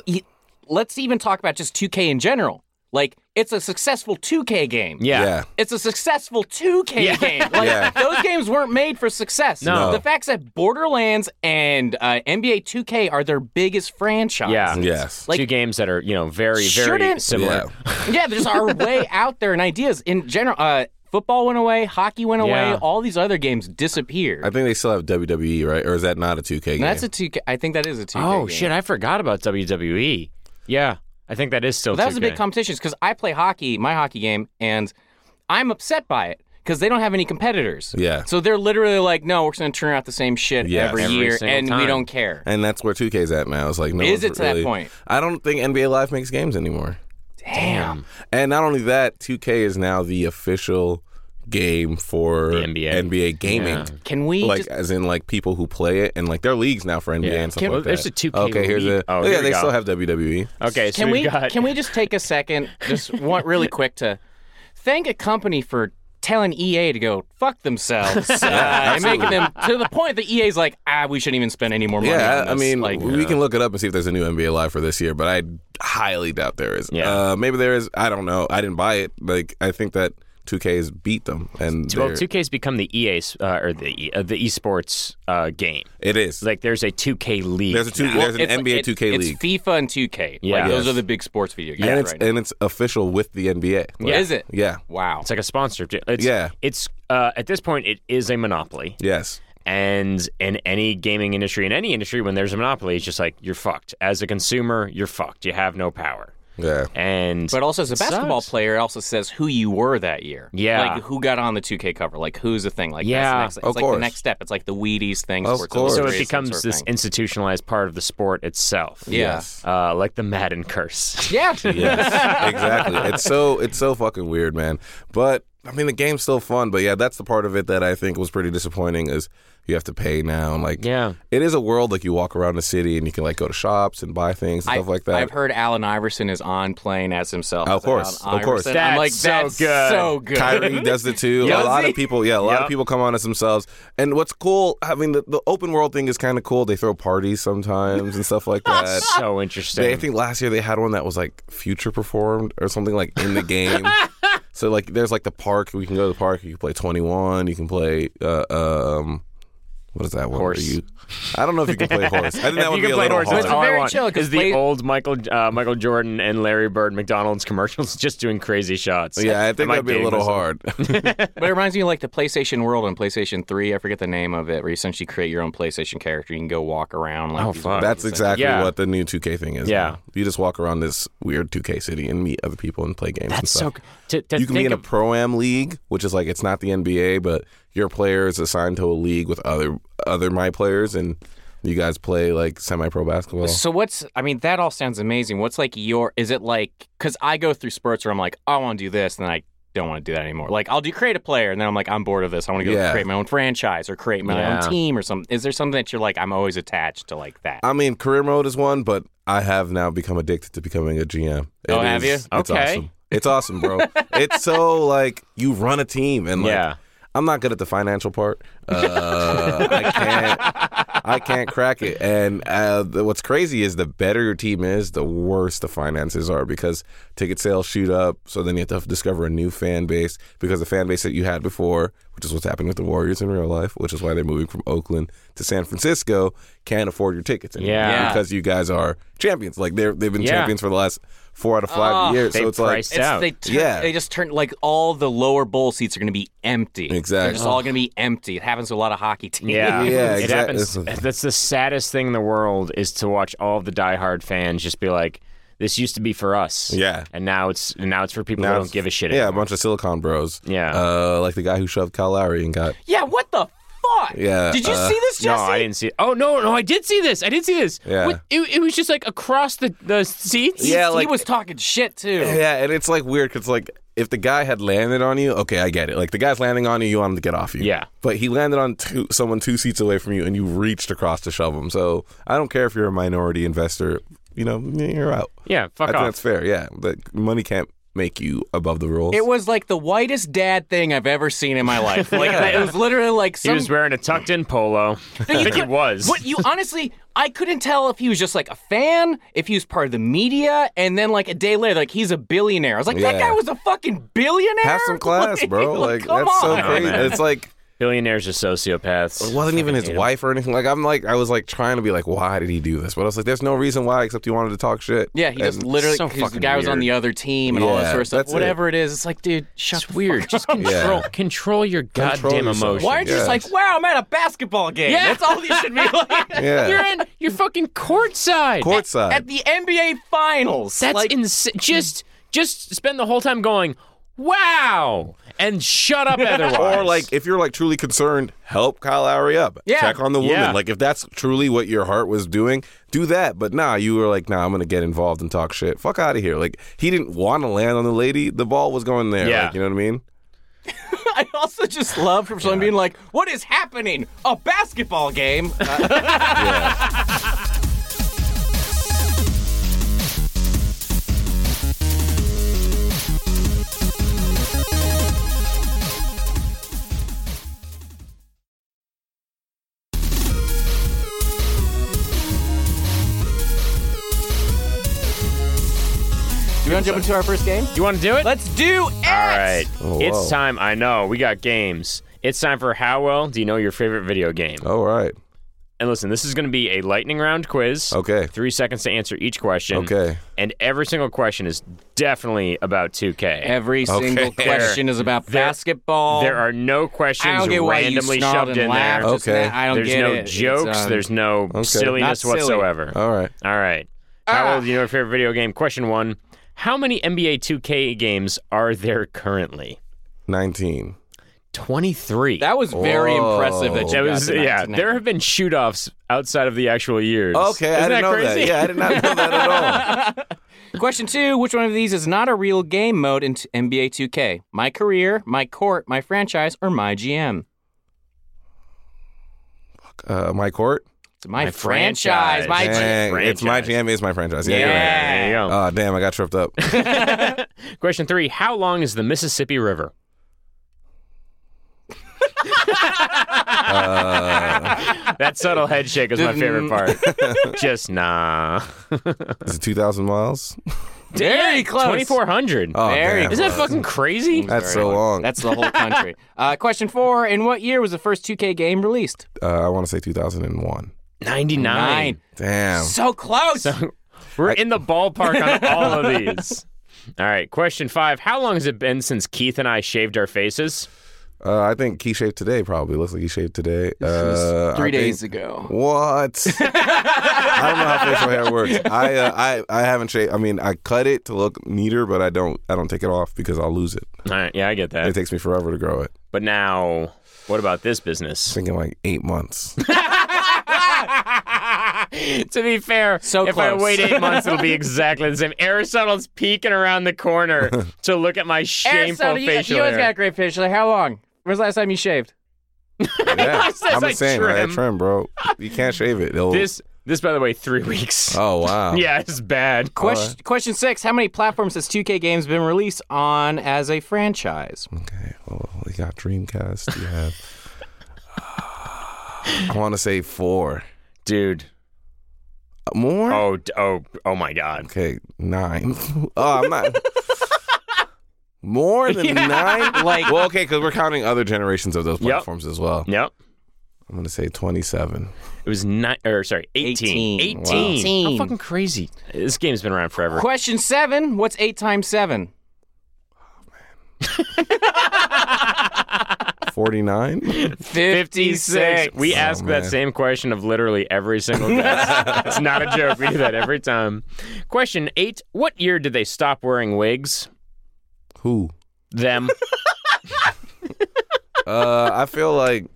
let's even talk about just 2K in general. Like it's a successful 2K game.
Yeah.
yeah.
It's a successful 2K
Yeah. [LAUGHS]
game. Like
Yeah.
those games weren't made for success.
No.
The fact that Borderlands and uh, NBA 2K are their biggest franchise.
Yeah.
Yes.
Like-
Two games that are, you know, very, very
Shouldn't-
similar.
Yeah.
[LAUGHS] yeah, there's our way out there and ideas in general. Uh, football went away, hockey went away,
Yeah.
all these other games disappeared.
I think they still have WWE, right? Or is that not a 2K game?
And that's a 2K. I think that is a 2K.
Oh,
game.
shit. I forgot about WWE. Yeah. I think that is still
Well, that was a
2K.
big competition because I play hockey, my hockey game, and I'm upset by it because they don't have any competitors.
Yeah.
So they're literally like, no, we're just going to turn out the same shit
Yes.
every,
Every
year,
single
and we
time.
don't care.
and that's where 2K's at now. It's like no.
Is
one's
it to that
really-
point?
I don't think NBA Live makes games anymore.
Damn.
And not only that, 2K is now the official game for
The NBA.
gaming.
Yeah.
Can we
Like
just.
as in like people who play it and like their leagues now for NBA
Yeah.
and stuff
Can-
like that.
there's a 2K
Okay, here's
league.
a.
Oh, here
yeah,
we
they
go.
still have E. WWE.
Okay, so
Can
we've
we
got
can we just take a second,
[LAUGHS]
just want really quick to thank a company for telling EA to go fuck
[LAUGHS]
themselves uh, and making them to the point that EA's like ah we shouldn't even spend any more money.
Yeah,
on
I I
this."
mean,
like
we can look it up and see if there's a new NBA Live for this year, but I highly doubt there is.
Yeah.
Uh, maybe there is. I don't know. I didn't buy it. Like, I think that 2K has beat them, and
well,
they're-
2K's become the EA uh, or the E- uh, the esports uh, game.
it is.
Like there's a 2K league.
there's a two.
Well,
there's
it's-
an NBA
it-
2K
it's
league,
FIFA and 2K.
Yeah.
like, those
Yes.
are the big sports video games.
and it's
right now.
and it's official with the NBA. Like,
Is it?
Yeah.
Wow.
It's like a sponsor. It's,
Yeah.
It's uh, at this point it is a monopoly,
Yes.
and in any gaming industry, in any industry, when there's a monopoly, it's just like you're fucked. As a consumer, you're fucked. You have no power.
Yeah.
And
But also, as a basketball
sucks.
player, it also says who you were that year.
Yeah.
Like who got on the 2K cover. Like who's the thing. Like
Yeah.
That's the next,
Of
it's like the
course.
next step. It's like the Wheaties thing.
Of
Sports
course.
so
Illustrated,
it becomes
sort of
this
thing.
institutionalized part of the sport itself.
Yeah.
Yes.
Uh, like the Madden [LAUGHS] curse.
Yeah. [LAUGHS]
Yes, exactly. It's so it's so fucking weird, man. But I mean, the game's still fun. But yeah, that's the part of it that I think was pretty disappointing is you have to pay now. And like,
Yeah.
it is a world like you walk around the city and you can like go to shops and buy things and
I-
stuff like that.
I've heard Alan Iverson is on playing as himself.
Of
As
course,
Allen
of course.
Iverson. I'm
That's
like,
so
that's
good.
so good.
Kyrie does it too.
Does
a lot
he?
of people, yeah, a lot
Yep.
of people come on as themselves. And what's cool, I mean, the, the open world thing is kind of cool. They throw parties sometimes and stuff
[LAUGHS]
like that.
so
They, I
interesting.
think last year they had one that was like future performed or something like
[LAUGHS]
in the game. so like, there's like the park. We can go to the park. You can play 21. You can play. Uh, um, what is that one?
Horse.
You, I don't know if you can play
[LAUGHS]
horse. I think
If
that would
you
be
can
a
play
little
horse,
hard.
that's all I
Very
want.
chill, 'cause
is the
play-
old Michael uh, Michael Jordan and Larry Bird McDonald's [LAUGHS] commercials just doing crazy shots?
Yeah, I
Am
think that'd be a
dating
little
myself?
hard.
But it reminds me of like the PlayStation World on PlayStation 3. I forget the name of it, where you essentially create your own PlayStation character. You can go walk around. Like,
Oh,
these-
fuck.
That's exactly
Yeah.
what the new 2K thing is.
Yeah.
now. you just walk around this weird 2K city and meet other people and play games. and
That's so.
stuff.
c- To, to
you can be
think
in a
of-
pro am league, which is like it's not the NBA, but your player is assigned to a league with other other my players, and you guys play like semi pro basketball.
So what's I mean that all sounds amazing. What's like your is it like cuz I go through spurts where I'm like I want to do this and then I don't want to do that anymore. Like I'll do create a player and then I'm like I'm bored of this. I want to go
Yeah.
create my own franchise or create my
Yeah.
own team or something. Is there something that you're like I'm always attached to like that?
I mean, career mode is one, but I have now become addicted to becoming a GM. It
Oh, have
is-
you?
It's
Okay.
awesome. It's awesome, bro. it's so like you run a team, and like,
Yeah.
I'm not good at the financial part. Uh, I can't. I can't crack it. And uh, the, what's crazy is the better your team is, the worse the finances are because ticket sales shoot up. So then you have to discover a new fan base because the fan base that you had before, which is what's happening with the Warriors in real life, which is why they're moving from Oakland to San Francisco, can't afford your tickets anymore
Yeah.
because you guys are champions. Like they're they've been
Yeah.
champions for the last four out of five
Oh.
years.
They
So it's like
priced
It's-
out.
They turn,
Yeah.
they just turn like all the lower bowl seats are going to be empty. They're
Exactly.
just all going to be empty. [LAUGHS] It happens to a lot of hockey teams.
Yeah,
Yeah,
it
exact-
happens.
that's the-
That's the saddest thing in the world is to watch all of the diehard fans just be like, "This used to be for us,
Yeah.
and now it's and now it's for people who
Now
don't give a shit."
Yeah, a
anymore.
bunch of Silicon Bros.
Yeah.
uh, like the guy who shoved Kyle Lowry and got.
Yeah, what the fuck?
Yeah,
Did you
uh,
see this, Jesse?
No, I didn't see. Oh no, no, I did see this. I did see this.
Yeah.
What- it, it was just like across the the seats.
He,
Yeah,
he
like-
was talking shit too.
Yeah, and it's like weird because like if the guy had landed on you, okay, I get it. Like the guy's landing on you, you want him to get off you.
Yeah.
but he landed on two, someone two seats away from you, and you reached across to shove him. So I don't care if you're a minority investor. You know, you're out.
Yeah, fuck
I think
off.
that's fair. Yeah, the money can't make you above the rules.
It was like the whitest dad thing I've ever seen in my life. Like it was literally like
He
some.
was wearing a tucked in polo. I think he was.
What you honestly, I couldn't tell if he was just like a fan, if he was part of the media, and then like a day later, like he's a billionaire. I was like, that
Yeah.
guy was a fucking billionaire.
Have
[LAUGHS]
some class, bro. Like
come
that's so
on.
crazy.
man.
It's like
Billionaires are sociopaths.
it wasn't even his wife or anything. Like I'm like I was like trying to be like, why did he do this? But I was like, there's no reason why except he wanted to talk shit.
Yeah, he just
And-
literally
so
'cause the
fucking
guy was on
weird.
the other team and all that
Yeah,
sort of stuff.
that's it.
Whatever it is, it's like, dude, shut the
weird.
fuck
Just
up.
control
Yeah.
control your
Control
goddamn
yourself.
emotions.
Why aren't you just
Yeah.
like, wow, I'm at a basketball game?
Yeah.
That's all you should be like.
You're
[LAUGHS] Yeah,
in. You're fucking courtside.
courtside.
At the NBA Finals.
That's
like,
insane. Just just spend the whole time going, wow, and shut [LAUGHS] up otherwise.
Or like, if you're like truly concerned, help Kyle Lowry up.
Yeah.
Check on the woman.
Yeah.
Like, if that's truly what your heart was doing, do that. But nah, you were like, nah, I'm gonna get involved and talk shit. Fuck out of here. Like, he didn't want to land on the lady. The ball was going there.
Yeah.
Like, you know what I mean?
I also just love from someone being like, what is happening? A basketball game? [LAUGHS] Do you want to jump into our first game?
you want to do it?
Let's do it!
All right.
Oh,
it's
whoa.
time. I know. We got games. It's time for how well do you know your favorite video game?
All right.
And listen, this is going to be a lightning round quiz.
Okay.
Three seconds to answer each question.
Okay.
And every single question is definitely about 2K.
Every single question is about basketball.
there are no questions
I don't get why you
randomly
snubbed
shoved
and
in
laughed.
there.
just
Okay.
now. I don't
There's
get
no
it. It's,
jokes.
um,
there's no silliness
Not silly.
whatsoever.
All right.
All right. How
Ah.
well do you know your favorite video game? Question one. How many NBA 2K games are there currently?
19.
23.
that was very
Whoa.
impressive that you
That
got
was
to that
yeah.
tonight.
There have been shoot offs outside of the actual years.
Okay. I
Isn't
didn't
that
know
crazy?
that. Yeah, I did not know that at all.
[LAUGHS] Question two: Which one of these is not a real game mode in t- NBA 2K? My career, my court, my franchise, or my GM?
Uh, my court.
It's my,
My
franchise.
franchise.
My G-
Dang, it's my
franchise.
GM is my franchise. Yeah.
Yeah,
you're right.
There you go.
Oh damn! I got tripped up.
Question three: How long is the Mississippi River?
Uh.
[LAUGHS] that subtle head shake is my favorite part. Just
Oh,
nah.
Is it two thousand miles?
very close.
Twenty four hundred.
Oh,
Very
damn.
Isn't that fucking crazy?
That's so long.
That's the whole [LAUGHS] country. uh, question four: In what year was the first 2K game released?
Uh, I want to say two thousand and one.
Ninety nine.
Damn.
So close.
We're in the ballpark on all of
[LAUGHS]
these. All right, question five. How long has it been since Keith and I shaved our faces?
Uh, I think he shaved today. Probably looks like he shaved today. Uh,
Three
I
days
think-
ago.
What? I don't know how facial hair works. I uh, I I haven't shaved. I mean, I cut it to look neater, but I don't. I don't take it off because I'll lose it.
All right, yeah, I get
It
that.
takes me forever to grow it.
But now, what about this
[LAUGHS]
business? [LAUGHS]
Thinking like eight months.
to be fair,
So
if I
close.
wait
[LAUGHS]
eight months, it'll be exactly the same. Aristotle's peeking around
[LAUGHS]
the corner to look at my shameful
Aristotle, you,
facial
you always
hair.
got great facial hair. How long? When's the last time you shaved?
Yeah,
says
I'm the
I
same. I
trim.
trim, bro. You can't shave it. It'll-
This, this, by the way, three weeks.
Oh wow.
[LAUGHS] Yeah, it's bad.
Question, question six: How many platforms has 2K games been released on as a franchise?
Okay. Well, you got Dreamcast. You have. uh, I want to say four.
Oh, dude.
More?
Oh, d- oh, oh my God.
Okay, nine. [LAUGHS] oh, I'm not.
[LAUGHS]
More than nine?
Like-
well, okay, because we're counting other generations of those
Yep.
platforms as well.
Nope.
I'm gonna say 27.
It was nine, or sorry, 18.
18.
18.
Wow. 18.
How fucking crazy. This game's been around
[LAUGHS]
forever.
Question seven: What's eight times seven?
[LAUGHS]
49?
56.
We
Oh,
ask that
man.
same question of literally every
[LAUGHS]
single guest. it's not a joke. We do that every time. Question eight What year did they stop wearing wigs?
Who?
[LAUGHS]
Them. [LAUGHS]
Uh, I feel like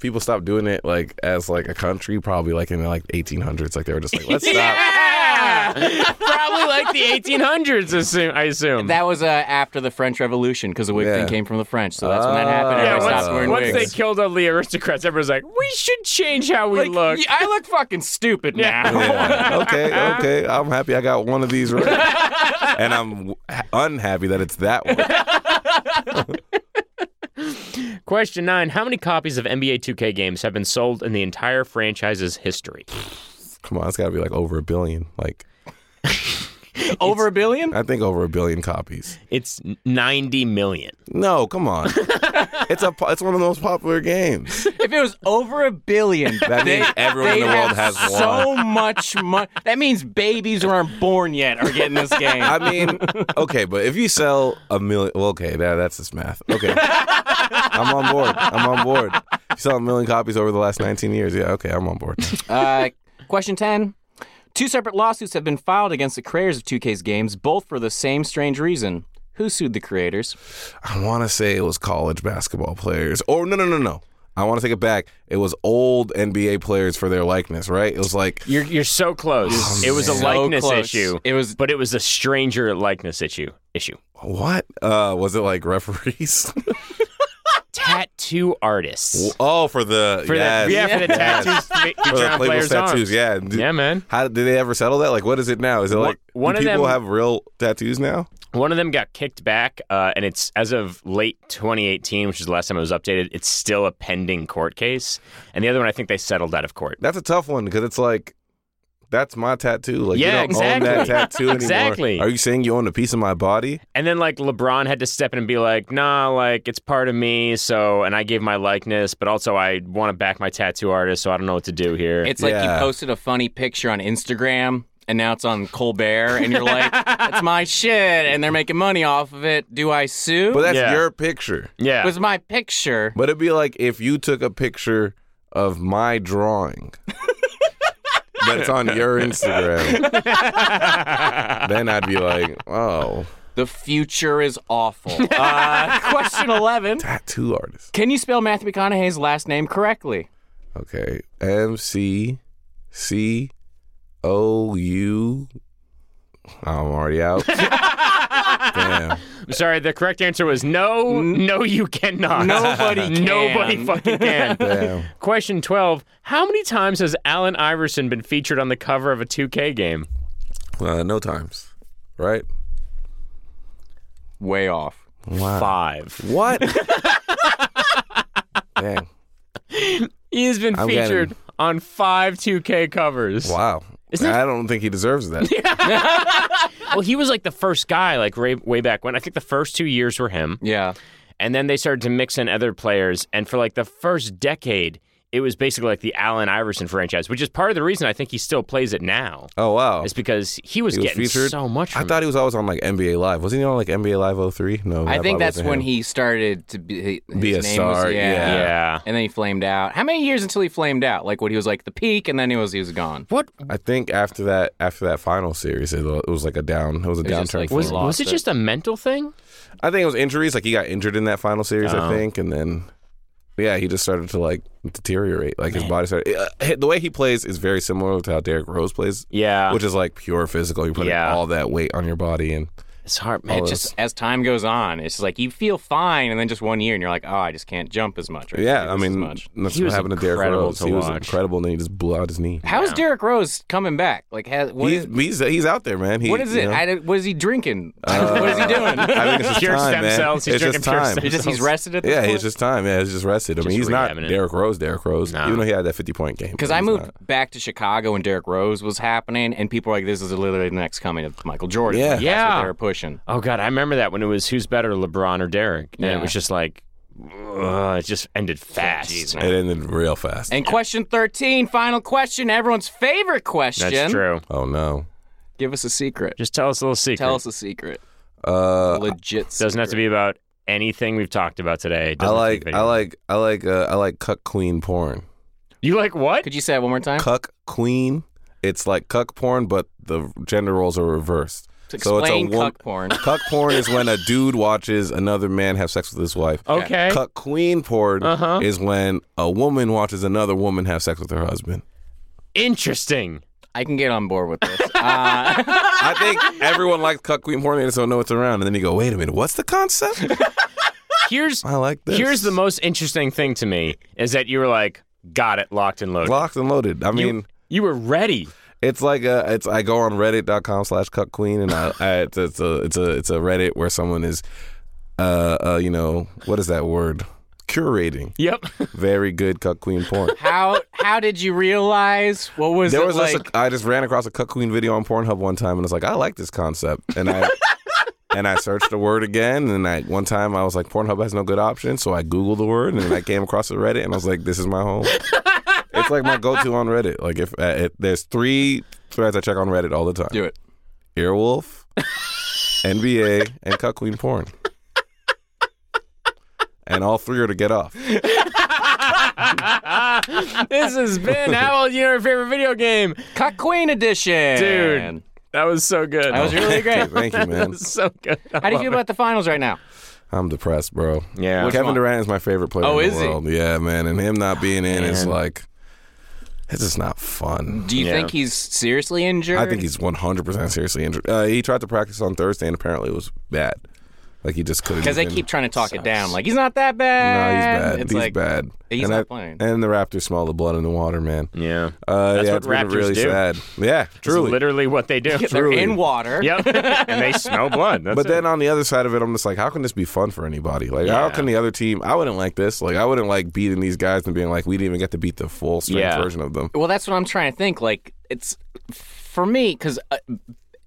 people stopped doing it like as like a country, probably like in the like 1800s. Like they were just like,
[LAUGHS]
let's stop.
Probably like the 1800s, assume, I assume.
That was uh, after the French Revolution because the wig
Yeah.
thing came from the French. So that's when that happened.
Oh.
yeah,
Everybody stopped
once,
wearing
once they
wigs.
killed all the aristocrats, everyone's like, we should change how we
Like,
look.
y- I [LAUGHS] look
[LAUGHS]
fucking stupid now.
[LAUGHS]
[LAUGHS]
Yeah. okay, okay. I'm happy I got one of these right. and I'm unhappy that it's that one.
Question nine How many copies of NBA 2K games have been sold in the entire franchise's history?
Come on, it's got to be like over a billion. Like
Over a billion?
I think over a billion copies.
It's 90 million.
No, come on. it's a po- it's one of the most popular games.
If it was over a billion,
That means everyone in
they
the world
have
has one.
so much money. That means babies who aren't born yet are getting this game.
I mean, okay, but if you sell a million, well, okay, that, that's just math. Okay, I'm on board. I'm on board. You sell a million copies over the last 19 years. Yeah, okay, I'm on board.
Uh, question 10. Two separate lawsuits have been filed against the creators of 2K's games, both for the same strange reason. Who sued the creators?
I want to say it was college basketball players. Or no, no, no, no. I want to take it back. It was old NBA players for their likeness, right? It was like
You're, you're so close. it was a
so
likeness
close.
issue.
It was-
but it was a stranger likeness issue. Issue.
what? Uh, was it like
[LAUGHS]
referees? [LAUGHS]
Tattoo artists.
oh, for the
For
yes,
the, yeah, for the
[LAUGHS] yes.
tattoos fe-
For
featuring
the
on players'
players' tattoos,
arms.
yeah.
Yeah, man.
How did they ever settle that? Like, what is it now? Is it like
one
do
of
people
them-
have real tattoos now?
One of them got kicked back, uh, and it's as of late 2018, which is the last time it was updated. It's still a pending court case, and the other one I think they settled out of court.
That's a tough one because it's like, that's my tattoo. Like,
Yeah,
you don't own that
exactly.
tattoo anymore.
Exactly.
Are you saying you own a piece of my body?
And then like LeBron had to step in and be like, "Nah, like it's part of me." So, and I gave my likeness, but also I want to back my tattoo artist, so I don't know what to do here.
It's like
Yeah.
you posted a funny picture on Instagram and now it's on Colbert and you're like, that's [LAUGHS] my shit and they're making money off of it. Do I sue?
But that's
Yeah.
your picture.
yeah,
it was my picture.
But it'd be like if you took a picture of my drawing, but it's on your Instagram. [LAUGHS] then I'd be like, oh,
The future is awful. [LAUGHS] Uh, question 11.
tattoo artist.
Can you spell Matthew McConaughey's last name correctly?
Okay. M C C O U. I'm already out. Damn.
I'm sorry. The correct answer was no, no, you cannot. [LAUGHS]
Nobody can.
nobody fucking can.
[LAUGHS] Damn.
Question twelve: How many times has Allen Iverson been featured on the cover of a 2K game?
Uh, no times, right?
Way off.
Five.
What? Dang.
He's been
I'm
featured
getting-
on five 2K covers.
Wow. I don't think he deserves that.
Well, he was like the first guy, like way, way back when. I think the first two years were him.
Yeah.
And then they started to mix in other players. And for like the first decade, it was basically like the Allen Iverson franchise, which is part of the reason I think he still plays it now.
Oh wow.
It's because he was,
He was
getting
featured.
so much
I
from
thought he was always on like NBA Live. Wasn't he on like NBA Live 03? No.
I think
that probably
that's
wasn't
when
him.
he started to be, his
Be a
name
star,
Was, yeah.
it.
yeah.
Yeah.
And then he flamed out. How many years until he flamed out? Like when he was like the peak, and then he was he was gone.
What
I think after that, after that final series, it wa- it was like a down. It was a
was just,
downturn.
like,
for
was
him.
lost
was it
it.
just a mental thing?
I think it was injuries. Like he got injured in that final series, I think, and then yeah, he just started to like deteriorate. Like his body started. uh, the way he plays is very similar to how Derrick Rose plays,
Yeah.
which is like pure physical. You put
Yeah.
all that weight on your body, and
it's hard, man.
Oh,
It
It's
just as time goes on, it's just like you feel fine, and then just one year, and you're like, oh, I just can't jump as much. Or
yeah,
do
I
this as
mean
much.
that's
He
what
was
happened to Derrick
incredible
Rose.
to
he was
watch.
incredible, and then he just blew out his knee.
how's Derrick Rose coming back? Like, has, what
He's,
is
he's he's out there, man. He,
what is
you
it?
know, Uh,
I don't- what is he drinking? [LAUGHS] what is he doing? [LAUGHS]
I
[LAUGHS]
think it's just
Pure
time,
stem
man.
cells. He's
it's just
drinking pure
time.
He's just he's rested at this [LAUGHS]
Yeah,
point.
it's just time. Yeah, it's just rested. I mean, he's not
rehabbing it.
Derrick Rose. Derrick Rose,
No.
even though he had that fifty-point game.
Because
but
I
he's
moved
not.
back to Chicago when Derrick Rose was happening, and people were like, "This is literally the next coming of Michael Jordan."
Yeah.
Like, that's what
Yeah.
they were pushing.
Oh god, I remember that when it was who's better, LeBron or Derek, and
Yeah.
it was just like, ugh, it just ended fast.
Jeez, man.
It ended real fast.
And question 13, final question, everyone's favorite question.
That's true.
Oh no.
Give us a secret.
Just tell us a little secret.
Tell us a secret.
Uh,
Legit secret.
Doesn't have to be about anything we've talked about today. It
I
doesn't have to
like
be
I
video.
like I like uh, I like cuck queen porn.
You like what?
Could you say it one more time?
Cuck queen. It's like cuck porn, but the gender roles are reversed.
Explain
wom-
cuck porn.
[LAUGHS] Cuck porn is when a dude watches another man have sex with his wife.
Okay.
Cuck queen porn
Uh-huh.
is when a woman watches another woman have sex with her husband.
Interesting.
I can get on board with this. Uh,
I think everyone likes cuck queen porn. They just don't know it's around, and then you go, "Wait a minute, what's the concept?"
Here's
I like this.
here's the most interesting thing to me is that you were like, got it, locked and loaded.
locked and loaded. I mean,
you were ready.
It's like a, it's I go on reddit.com slash cuck queen
[LAUGHS]
and I, I it's, it's a it's a it's a Reddit where someone is uh, uh you know what is that word curating
Yep. [LAUGHS]
very good cuck queen porn.
How how did you realize what was
There
it
was
like?
just a, I just ran across a cuck queen video on Pornhub one time and was like I like this concept
[LAUGHS]
and I and I searched the word again and I one time I was like Pornhub has no good option so I googled the word and I came across a Reddit and I was like this is my home. it's like my go to on Reddit. Like if uh, it, there's three threads I check on Reddit all the time.
Do it.
Earwolf,
[LAUGHS]
NBA, and Cuck Queen Porn. And all three are to get off.
this has been How Old You Know Your Favorite Video
[LAUGHS]
Game.
Cut Queen edition,
Dude. That was so good.
That was
[LAUGHS]
really great.
Thank you,
[LAUGHS]
That
man.
was so good.
How do you feel about the finals right now?
I'm depressed, bro.
Yeah. Which
Kevin
one?
Durant is my favorite player
Oh,
in the
is he?
world. Yeah, man. And him not being in is
Man.
like, it's just not fun.
Do you
Yeah.
think he's seriously injured?
I think he's 100% seriously injured. Uh, he tried to practice on Thursday and apparently it was bad. Like he just couldn't.
because they
even-
keep trying to talk it down.
Sucks.
Like he's not that
No, he's
bad.
bad.
It's
he's
like,
bad.
he's
and
not
I-
playing.
And the Raptors smell the blood in the water, man.
Yeah.
Uh,
That's
yeah,
what
it's been
Raptors
really
do.
sad. Yeah,
Truly.
truly.
Literally what they do.
They're
Truly.
in water.
[LAUGHS] Yep. and they smell blood. That's
But
it.
then on the other side of it, I'm just like, how can this be fun for anybody? Like, how
Yeah.
can the other team? I wouldn't like this. Like, I wouldn't like beating these guys and being like, we didn't even get to beat the full strength
Yeah.
version of them.
Well, that's what I'm trying to think. Like it's for me because uh,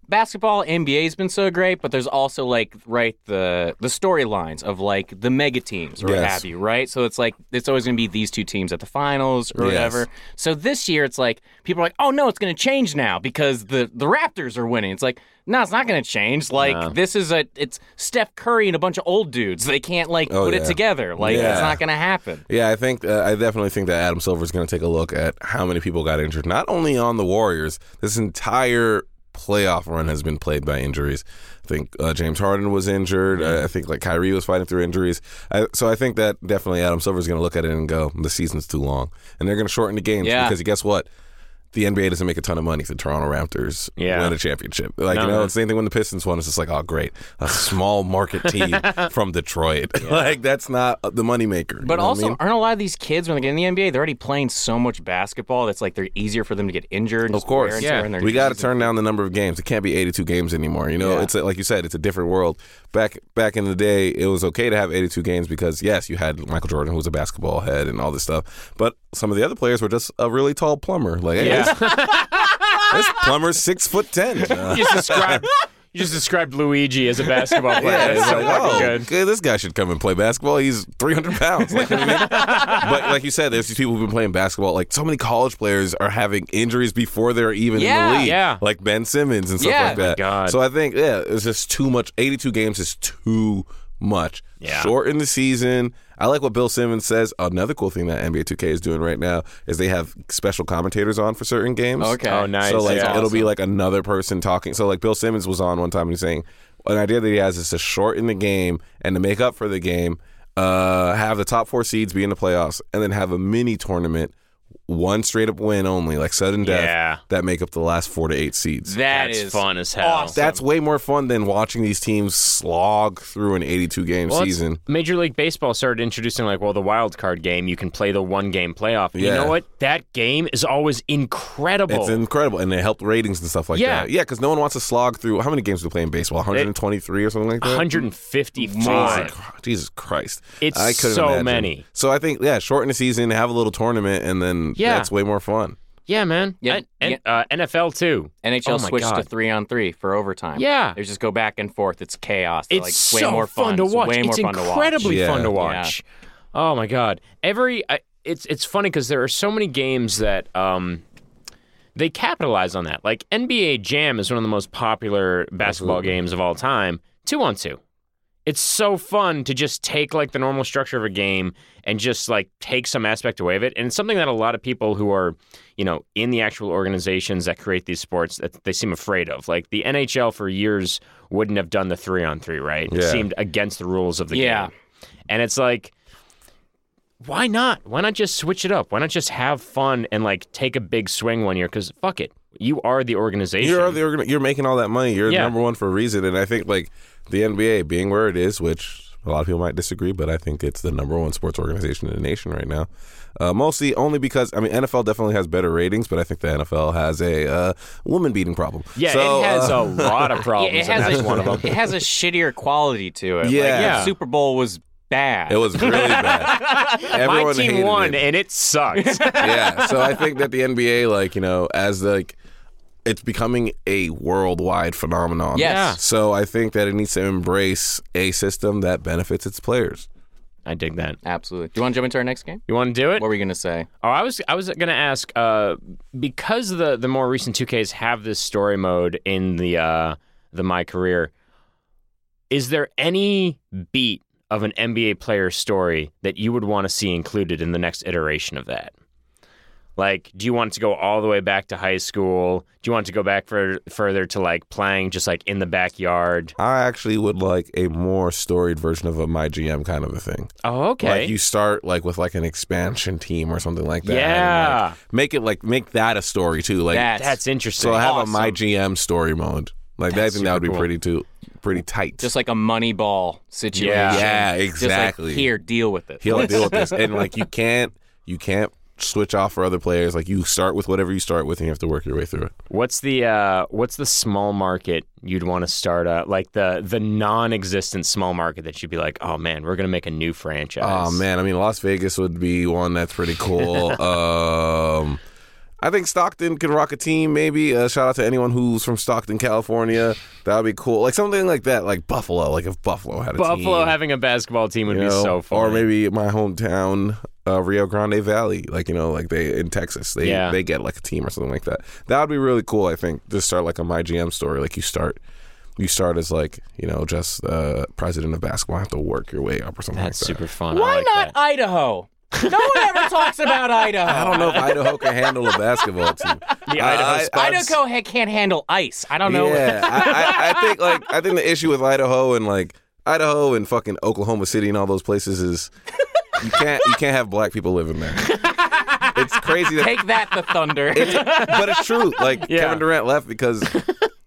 basketball NBA has been so great, but there's also like right the the storylines of like the mega teams or what
Yes.
have you, right? So it's like it's always going to be these two teams at the finals or
Yes.
whatever. So this year it's like people are like, oh no, it's going to change now because the the Raptors are winning. It's like no, it's not going to change. Like this is a it's Steph Curry and a bunch of old dudes. They can't like
Oh,
put it
yeah.
together. Like it's
Yeah.
not going to happen.
Yeah, I think uh, I definitely think that Adam Silver is going to take a look at how many people got injured. Not only on the Warriors, this entire playoff run has been played by injuries. I think uh, James Harden was injured. I I think like Kyrie was fighting through injuries. I, so I think that definitely Adam Silver is going to look at it and go, "The season's too long," and they're going to shorten the games
Yeah.
because guess what? The NBA doesn't make a ton of money if the Toronto Raptors
Yeah.
win a championship. Like
No,
you know,
no.
it's the same thing when the Pistons won. It's just like, oh, great, a small market team from Detroit. [LAUGHS] like that's not the moneymaker. you
But
know what I
also,
mean?
aren't a lot of these kids when they get in the NBA, they're already playing so much basketball that's like they're easier for them to get injured.
Of course,
yeah.
We got to turn down the number of games. It can't be 82 games anymore. You know,
Yeah.
it's a, like you said, it's a different world. Back back in the day, it was okay to have 82 games because yes, you had Michael Jordan, who was a basketball head, and all this stuff. But some of the other players were just a really tall plumber. Like, hey,
Yeah.
[LAUGHS] this, this plumber's six foot ten. Uh,
you just described you just described Luigi as a basketball player.
[LAUGHS] yeah,
That's
it's
so
like,
fucking
oh,
good.
okay, this guy should come and play basketball. He's 300 pounds. Like, you know what I mean? But like you said, there's these people who've been playing basketball. Like so many college players are having injuries before they're even in
Yeah,
the league.
yeah.
Like Ben Simmons and stuff
Yeah.
like that.
God.
So I think, yeah, it's just too much. 82 games is too much.
Yeah.
Shorten the season. I like what Bill Simmons says. Another cool thing that NBA 2K is doing right now is they have special commentators on for certain games.
Okay.
Oh, nice.
So like
yeah.
it'll be like another person talking. So like Bill Simmons was on one time and he's saying an idea that he has is to shorten the game and to make up for the game, uh, have the top four seeds be in the playoffs, and then have a mini tournament, one straight up win only, like sudden death
Yeah.
that make up the last four to eight seeds.
That's
is
fun as hell.
awesome.
That's way more fun than watching these teams slog through an 82 game
Well, it's-
season.
Major League Baseball started introducing like, well, the wild card game. You can play the one game playoff. You
Yeah.
know what? That game is always incredible.
It's incredible, and it helped ratings and stuff like
Yeah.
that. Yeah, because no one wants to slog through. How many games do we play in baseball? 123 or something like that.
155.
Jesus Christ- Jesus Christ.
It's
I couldn't
so
imagine.
many.
So I think, yeah, shorten the season, have a little tournament, and then
Yeah.
that's way more fun.
Yeah, man.
Yeah,
and, and, uh, NFL too.
NHL
Oh my
switched to
God.
three on three for overtime.
Yeah.
They just go back and forth. It's chaos. They're,
it's
like, way
so
more fun,
to
It's
watch.
way more
it's
fun to watch.
incredibly
Yeah.
fun to
Yeah.
watch. Oh my god! Every I, it's it's funny because there are so many games that um they capitalize on that. Like NBA Jam is one of the most popular basketball
Absolutely.
games of all time. Two on two. It's so fun to just take like the normal structure of a game and just like take some aspect away of it. And it's something that a lot of people who are, you know, in the actual organizations that create these sports that they seem afraid of. Like the NHL for years wouldn't have done the three on three, right? It
Yeah.
seemed against the rules of the
Yeah.
game. And it's like why not? Why not just switch it up? Why not just have fun and like take a big swing one year? Because fuck it, you are the organization.
You're the organ- you're making all that money. You're
Yeah.
number one for a reason, and I think like the NBA being where it is, which A lot of people might disagree, but I think it's the number one sports organization in the nation right now. Uh, mostly only because I mean NFL definitely has better ratings, but I think the NFL has a uh, woman beating problem.
Yeah,
So,
it has
uh,
a lot
[LAUGHS]
of
Yeah,
problems,
it
and
has
that's
a
one of them.
it has a shittier quality to it. Like,
Yeah.
Yeah.
Super Bowl was bad.
it was really bad.
[LAUGHS] My
Everyone
team
hated
won,
it.
and it
[LAUGHS]
sucked.
yeah. So I think that the NBA, like you know, as like it's becoming a worldwide phenomenon.
Yes. Yeah.
So I think that it needs to embrace a system that benefits its players.
I dig that.
Absolutely. Do you want to jump into our next game?
You want to do it?
What were you gonna say?
Oh, I was I was gonna ask uh, because the the more recent 2Ks have this story mode in the uh, the my career. Is there any beat of an NBA player story that you would want to see included in the next iteration of that? Like, do you want it to go all the way back to high school? Do you want it to go back for, further to like playing just like in the backyard?
I actually would like a more storied version of a my GM kind of a thing.
Oh, okay.
Like you start like with like an expansion team or something like that. and,
yeah,
like, make it like make that a story too. Like
That's,
that's interesting.
so have
Awesome.
a my GM story mode. Like I think that would be
super cool.
pretty too pretty tight.
just like a money ball situation.
Yeah.
yeah,
Just like,
exactly.
here, deal with it.
he'll deal with this. And like you can't you can't switch off for other players. Like you start with whatever you start with and you have to work your way through it.
What's the uh, what's the small market you'd want to start at? Like the the non-existent small market that you'd be like, oh man, we're gonna make a new franchise.
Oh man, I mean Las Vegas would be one that's pretty cool. um I think Stockton could rock a team, maybe. Uh, shout out to anyone who's from Stockton, California. That would be cool. Like something like that, like Buffalo. Like if Buffalo had a team.
Buffalo having a basketball team would
you
be
know?
so fun.
Or maybe my hometown, uh, Rio Grande Valley. Like, you know, like they in Texas, they
Yeah.
they get like a team or something like that. That would be really cool, I think. Just start like a my GM story. Like you start you start as like, you know, just uh, president of basketball, have to work your way up or something
that's
like that.
super fun. I
Why
like
not
that.
Idaho? No one [LAUGHS] ever talks about Idaho.
I don't know if Idaho can handle a basketball team.
[LAUGHS] The
I-
Idaho
I-
Sparks.
Idaho ha- can't handle ice. I don't know. [LAUGHS]
Yeah, I, I, I think like I think the issue with Idaho and like Idaho and fucking Oklahoma City and all those places is you can't you can't have black people
[LAUGHS]
living there. It's crazy that
Take that, the Thunder.
but [LAUGHS] it's true. Like
Yeah.
Kevin Durant left because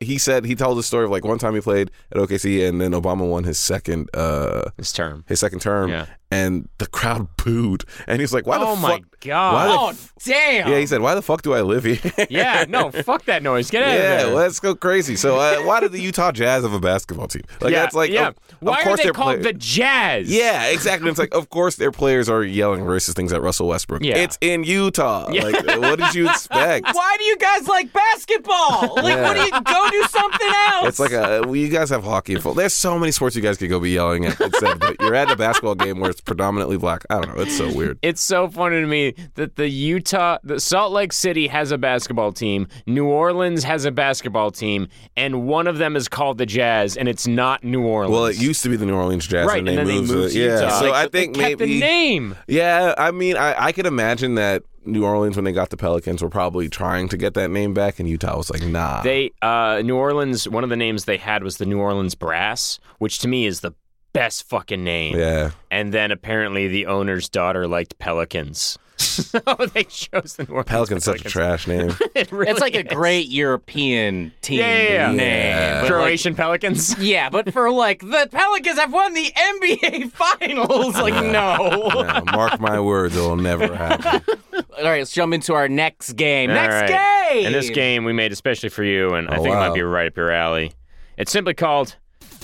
he said he told the story of like one time he played at OKC and then Obama won his second uh
this term?
his second term
Yeah.
and the crowd [LAUGHS] booed and he was like why the
Oh my
fuck
god.
why the
oh, damn.
yeah he said why the fuck do I live here
[LAUGHS] yeah, no, fuck that noise. Get out of
yeah
there.
let's go crazy so uh, why do the Utah Jazz have a basketball team like
yeah,
that's like
yeah.
of, of
Why
course
are they
their
called the
play-
Jazz?
yeah, exactly. It's like, of course, their players are yelling racist things at Russell Westbrook.
Yeah.
It's in Utah. Like, uh, what did you
[LAUGHS]
expect?
Why do you guys like basketball? Like,
Yeah.
what do you go do something else?
It's like a well, you guys have hockey and football. There's so many sports you guys could go be yelling at instead, but you're at a basketball game where it's predominantly black. I don't know. It's so
[LAUGHS]
weird.
It's so funny to me that the Utah, the Salt Lake City has a basketball team, New Orleans has a basketball team, and one of them is called the Jazz, and it's not New Orleans.
Well, it used to be the New Orleans Jazz,
right,
and
and,
they
then
moved.
they
to-
moved to
yeah,
Utah.
so
Like,
I
they
think
kept
maybe.
the name.
Yeah, I mean, I, I could imagine that New Orleans when they got the Pelicans were probably trying to get that name back, and Utah was like, nah.
They uh, New Orleans. One of the names they had was the New Orleans Brass, which to me is the best fucking name.
yeah,
And then apparently the owner's daughter liked pelicans, [LAUGHS] so they chose the New Orleans
Pelicans such a trash name.
It really
It's like a
is.
great European team
Yeah, yeah, yeah.
name.
Yeah.
But like,
Croatian pelicans.
yeah, but for like the Pelicans have won the NBA [LAUGHS] Finals. Like, no.
Yeah, mark my words, it'll never happen.
All right, let's jump into our next game.
All
next
right.
game.
And this game we made especially for you, and I
Oh,
think it
wow.
might be right up your alley. It's simply called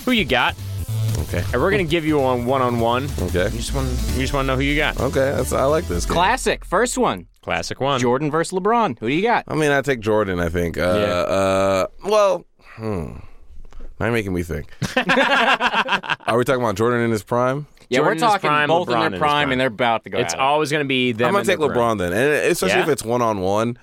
"Who You Got,"
Okay,
and we're gonna give you a one-on-one.
okay,
You just want you just want to know who you got.
okay. That's, I like this. Game.
classic. First one.
Classic one.
Jordan versus LeBron. Who do you got?
I mean, I take Jordan. I think. Uh, uh, well, hmm. Now you're making me think. Are we talking about Jordan in his prime?
Yeah,
Jordan's
we're talking
prime,
both in
LeBron in
their
his
prime,
prime.
and they're about to go.
It's
at it.
always gonna be them.
I'm gonna
and the
take LeBron then, and especially
Yeah?
if it's one on one.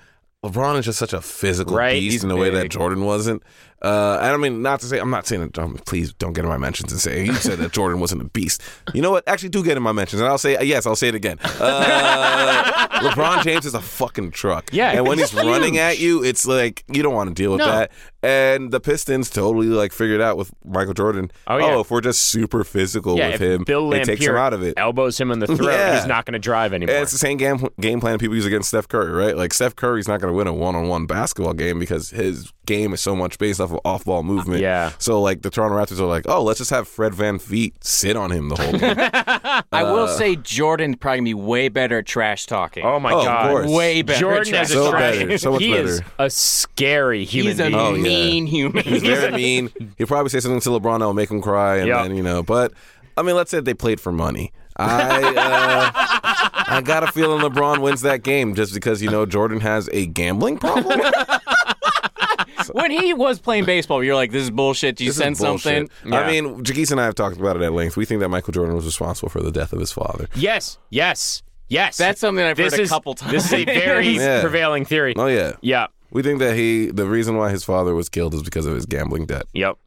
LeBron is just such a physical
Right,
beast
he's
in the way that
big.
Jordan wasn't. Uh, and I mean, not to say I'm not saying that. Um, please don't get in my mentions and say you said that Jordan wasn't a beast. You know what? Actually, do get in my mentions, and I'll say yes. I'll say it again.
[LAUGHS]
Uh, LeBron James is a fucking truck.
Yeah,
and when he's
he's
running
huge.
at you, it's like you don't want to deal with
No.
that. And the Pistons totally like figured out with Michael Jordan.
Oh, yeah.
if we're just super physical
Yeah, if
with him,
Bill
it takes him
Laimbeer
out of it.
Elbows him in
[LAUGHS]
the throat.
Yeah.
He's not gonna drive anymore.
And it's the same game game plan people use against Steph Curry, right? Like Steph Curry's not going to win a one on one basketball game because his game is so much based off stuff of off ball movement.
Yeah.
So like the Toronto Raptors are like, oh, let's just have Fred Van Feet sit on him the whole time.
I will say Jordan probably gonna be way better at trash talking.
Oh my
Oh, of
god.
course.
way better. at
Jordan
trash
is a
So
talking.
trash- [LAUGHS]
better, so much
he is
better.
a scary human
He's a
being.
Oh, yeah.
mean
He's
human.
very mean. He'll probably say something to LeBron that'll make him cry, and
Yeah.
then you know. But I mean, let's say they played for money. I uh, I got a feeling LeBron wins that game just because you know Jordan has a gambling problem.
[LAUGHS] when he was playing baseball, you're like, "This is bullshit." You
This is
send something.
bullshit. I mean, Jagees and I have talked about it at length. We think that Michael Jordan was responsible for the death of his father.
Yes, yes, yes.
That's something I've
this
heard a
is,
couple times.
This is a very
[LAUGHS] Yeah.
prevailing theory.
Oh yeah,
Yeah.
we think that he the reason why his father was killed is because of his gambling debt.
Yep.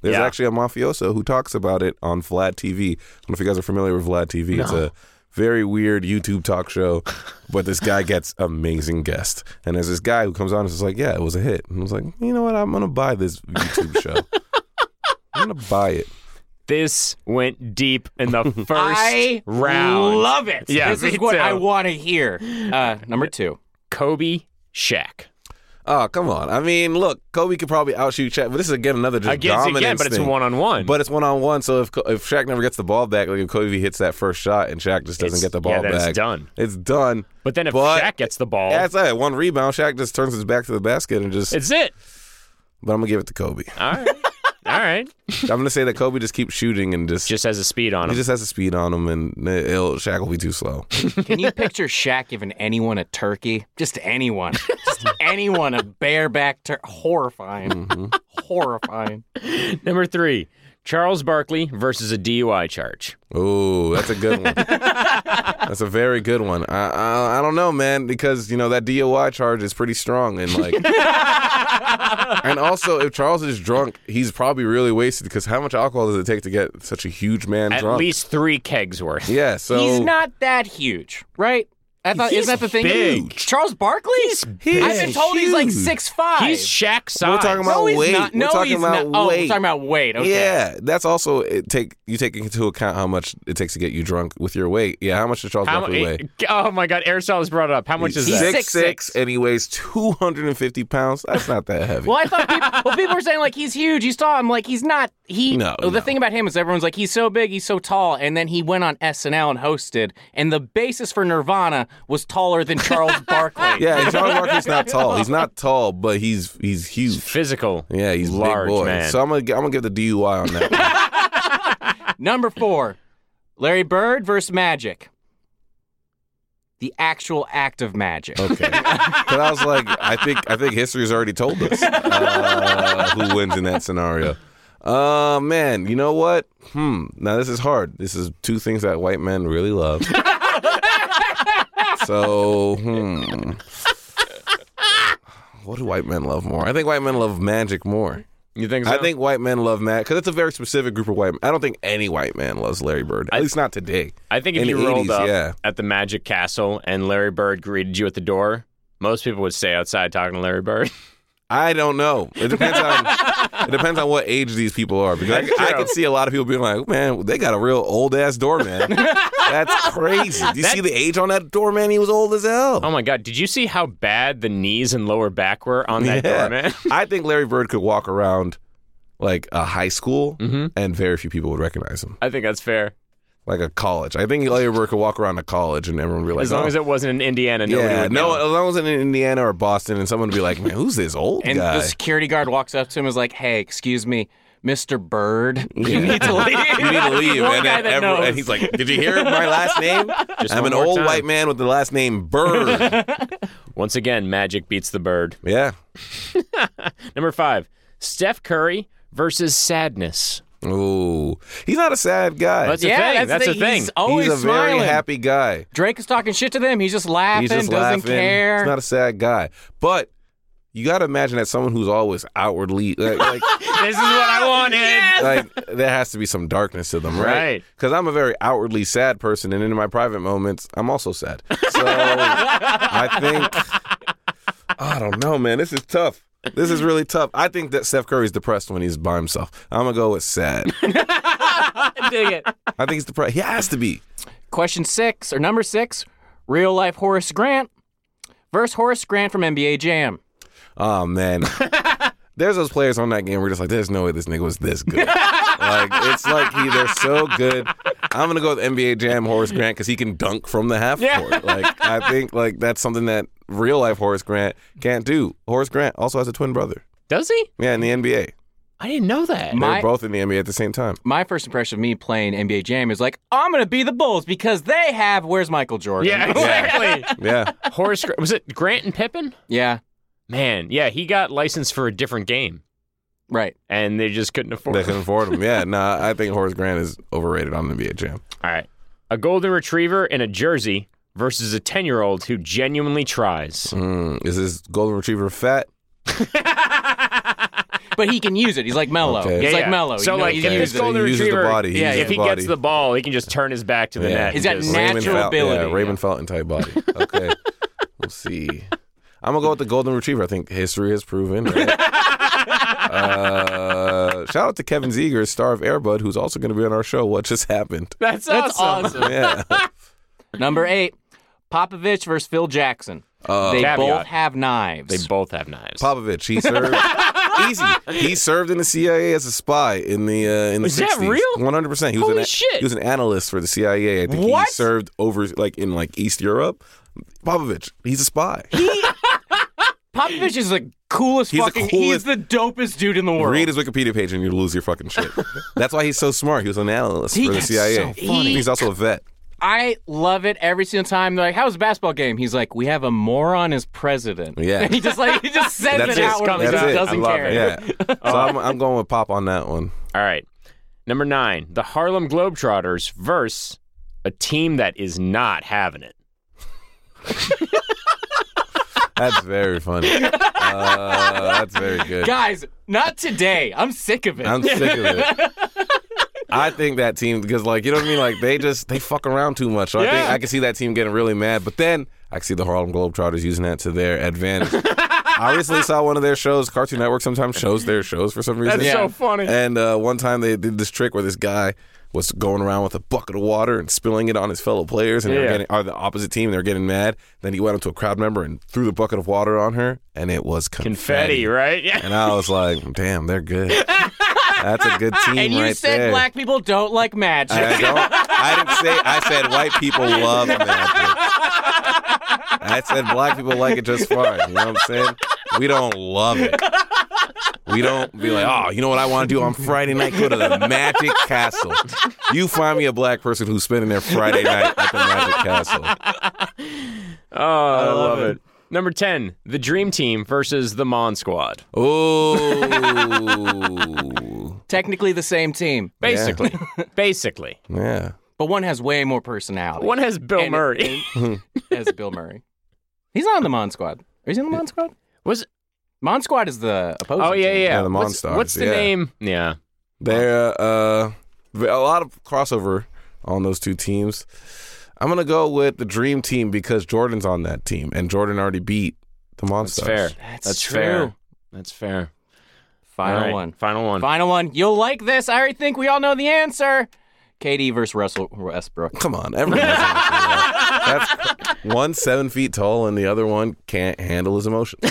There's
Yeah.
actually a mafioso who talks about it on Vlad TV. I don't know if you guys are familiar with Vlad TV. It's a very weird YouTube talk show, but this guy gets amazing guests. And there's this guy who comes on and is like, "Yeah, it was a hit." And I was like, "You know what? I'm gonna buy this YouTube show. I'm gonna buy it."
This went deep in
[LAUGHS]
the first
I
round.
love it.
Yeah,
this
me
is what
too.
I want to hear. Uh, number two.
Kobe Shaq.
Oh, come on. I mean, look, Kobe could probably outshoot Shaq, but this is again another just
Against
dominance
again, but it's
thing.
one on one.
But it's one on one, so if if Shaq never gets the ball back, like if Kobe hits that first shot and Shaq just doesn't
It's-
get the ball
yeah, then it's
back,
done.
It's done.
But then if
But-
Shaq gets the ball,
That's it. One rebound, Shaq just turns his back to the basket and just.
it's it.
but I'm gonna give it
[LAUGHS]
to Kobe.
All
[LAUGHS]
right. All right.
I'm gonna say that Kobe just keeps shooting and just,
Just has a speed on
he
him.
just has the speed on him, and it'll, Shaq will be too slow.
Can
[LAUGHS]
you picture Shaq giving anyone a turkey? Just anyone. Just anyone a bareback turkey. Horrifying.
Mm-hmm.
Horrifying.
Number three, Charles Barkley versus a DUI charge.
Ooh, that's a
[LAUGHS]
good one. that's a very good one. I, I I don't know, man, because you know that DOI charge is pretty strong, and
[LAUGHS]
like, and also if Charles is drunk, he's probably really wasted because how much alcohol does it take to get such a huge man
At
drunk?
least three kegs worth.
yeah, so
He's not that huge, right? I thought,
He's
isn't that the thing?
big.
Charles Barkley? I've been told he's like
huge.
six five.
He's Shaq size.
We're talking about
no, he's
weight.
not.
We're
No,
talking
he's
about
not. Oh,
weight.
we're talking about weight. Okay.
Yeah, that's also it take you take into account how much it takes to get you drunk with your weight. Yeah, how much does Charles
How,
Barkley weigh?
oh my God, Aristotle has brought it up. How much is
He's
that?
six,
Six,
six,
six.
and he weighs 250 pounds. That's not that heavy.
Well, I thought people, well, people were saying like he's huge, he's tall. I'm like he's not. He
No,
the
no.
thing about him is everyone's like he's so big, he's so tall, and then he went on SNL and hosted, and the basis for Nirvana was taller than
[LAUGHS]
Charles Barkley.
Yeah, and
[LAUGHS]
Charles Barkley's not tall. He's not tall, but he's he's huge.
Physical.
Yeah, he's a
large
big boy.
man.
So I'm gonna gi- I'm gonna give the DUI on that. one.
Number four, Larry Bird versus Magic. The actual act of magic.
Okay. But I was like, I think I think history's already told us uh, who wins in that scenario. Uh man, you know what? Hmm. Now this is hard. This is two things that white men really love. so hmm. What do white men love more? I think white men love magic more.
you think? So?
I think white men love Matt because it's a very specific group of white. I don't think any white man loves Larry Bird. At least not today.
I think if
in
you
the
rolled
80s,
up
yeah.
at the Magic Castle and Larry Bird greeted you at the door, most people would stay outside talking to Larry Bird. [LAUGHS]
I don't know. It depends on it depends on what age these people are because I, I could see a lot of people being like, "Man, they got a real old
[LAUGHS]
ass doorman. That's crazy." Do you see the age on that doorman? He was old as hell.
Oh my God! Did you see how bad the knees and lower back were on that
Yeah.
doorman?
I think Larry Bird could walk around like a high school,
Mm-hmm.
and very few people would recognize him.
[LAUGHS] I think that's fair.
Like a college. I think Larry Bird could walk around a college, and everyone would be like,
As long
"Oh,
as it wasn't in Indiana, nobody
Yeah,
would
no,
know.
as long as it's in Indiana or Boston, and someone would be like, "Man, who's this
[LAUGHS]
old
And
guy?"
the
[LAUGHS]
security guard walks up to him and is like, "Hey, excuse me, Mr. Bird, you need to leave.
[LAUGHS] you need to leave,
One
and,
guy
then
that
everyone-
knows.
and he's like, "Did you hear my
[LAUGHS]
last name?
Just
I'm
one
an
more
old
time.
white man with the last name Bird."
Once again, Magic beats the bird.
yeah.
Number five, Steph Curry versus sadness.
Ooh, he's not a sad guy.
That's the
yeah,
thing. That's
the,
the thing.
He's always
he's a
smiling.
very happy guy.
Drake is talking shit to them. He's just laughing,
He's just
doesn't
laughing.
care.
He's not a sad guy, but you got to imagine that someone who's always outwardly like, like
Oh, this is what I
[LAUGHS]
wanted.
like there has to be some darkness to them, right?
Right.
Because I'm a very outwardly sad person, and in my private moments, I'm also sad. So I think I don't know, man. This is tough. This is really tough. I think that Steph Curry's depressed when he's by himself. I'm gonna go with sad.
[LAUGHS] Dig it.
I think he's depressed. He has to be.
Question six or number six: Real life Horace Grant versus Horace Grant from NBA Jam.
Oh man. there's those players on that game where you're just like, there's no way this nigga was this good. like it's like he, they're so good. I'm gonna go with NBA Jam Horace Grant because he can dunk from the half
Yeah.
court. Like I think like that's something that real life Horace Grant can't do. Horace Grant also has a twin brother.
Does he?
Yeah, in the NBA,
I didn't know that.
My-
they're both in the NBA at the same time.
My first impression of me playing NBA Jam is like, I'm gonna be the Bulls because they have. Where's Michael Jordan?
[LAUGHS] yeah, exactly.
Yeah,
Horace Gr- was it Grant and Pippen?
[LAUGHS] yeah,
Man, yeah, he got licensed for a different game,
right.
and they just couldn't afford
they
it.
can afford him. Yeah, nah, I think Horace Grant is overrated on NBA Jam.
All right, a golden retriever in a jersey versus a ten-year-old who genuinely tries.
Mm, is this golden retriever fat?
But he can use it. He's like Mello.
Okay.
He's
Yeah,
like
yeah.
Mello.
So
you know,
like,
he's
if this
used it.
golden
He uses the
retriever,
body. He
yeah,
uses
if
the
he gets
body.
the ball, he can just turn his back to the
Yeah.
net.
He's got
and just-
nat-
Raymond
Natural
Fal-
ability,
Yeah, Raymond Felton type body. Okay. we'll see. I'm gonna go with the golden retriever. I think history has proven. Right? uh, shout out to Kevin Ziegler, star of Airbud, who's also going to be on our show. What just
[LAUGHS]
happened?
[LAUGHS] That's,
That's
awesome.
awesome.
Yeah.
Number eight, Popovich versus Phil Jackson.
Uh,
they
Caveat.
both have knives.
They both have knives.
Popovich. He served. Easy. He served in the CIA as a spy in the uh, in the
Is that
60s.
real?
One hundred percent. He was
Holy
an,
shit.
He was an analyst for the CIA. I think
What?
he served over like in like East Europe. Popovich. He's a spy.
Popovich is the coolest
He's the
fucking.
coolest-
He's the dopest dude in the world.
Read his Wikipedia page and you lose your fucking
[LAUGHS]
shit. That's why he's so smart. He was an analyst
He-
for the
that's
CIA.
so funny.
He's also a vet.
I love it every single time. They're like, "How's the basketball game?" He's like, "We have a moron as president."
Yeah.
[LAUGHS] he just like he just says
That's
it
it.
outwardly.
Comes
He
out. I
doesn't
love
care.
it.
Yeah. So I'm, I'm going with Pop on that one.
All right. Number nine, the Harlem Globetrotters versus a team that is not having it.
That's
[LAUGHS]
very funny. Uh, that's very good.
Guys, not today. I'm sick of it.
I'm sick of it.
[LAUGHS]
I think that team because like you know what I mean like they just they fuck around too much. So I think
Yeah.
I can see that team getting really mad, but then I can see the Harlem Globetrotters using that to their
[LAUGHS]
advantage. I recently saw one of their shows. Cartoon Network sometimes shows their shows for some reason.
That's so funny.
And uh, one time they did this trick where this guy was going around with a bucket of water and spilling it on his fellow players, and they
Yeah.
were getting, or the opposite team, they were getting mad. Then he went up to a crowd member and threw the bucket of water on her, and it was
Confetti, right? [LAUGHS] Yeah.
and I was like, damn, they're good. That's a good team
[LAUGHS] and you
right
said
there.
black people don't like magic.
I, don't, I didn't say. I said white people love magic. I said black people like it just fine. You know what I'm saying? We don't love it. We don't be like, oh, you know what I want to do on Friday night? Go to the Magic Castle. You find me a black person who's spending their Friday night at the Magic Castle.
Oh, I, love it. Number 10, the Dream Team versus the Mon Squad.
Ooh,
Technically the same team,
[LAUGHS]
Basically. Basically.
yeah.
but one has way more personality.
One has Bill
And-
Murray.
as Bill Murray. He's not on the Mon Squad. Is he on the Mon Squad?
Was
Mon Squad is the opposing.
Oh yeah,
team.
yeah.
Yeah, the
what's,
Monstars,
what's the
yeah.
name? Yeah.
There, uh, a lot of crossover on those two teams. I'm gonna go with the Dream Team because Jordan's on that team, and Jordan already beat the
That's
Monsters.
fair.
That's
fair.
true.
That's fair.
Final
All right,
one.
Final one.
Final one. You'll like this. I already think we all know the answer. KD versus Russell Westbrook.
Come on, everyone. That's
[LAUGHS]
one seven feet tall, and the other one can't handle his emotions.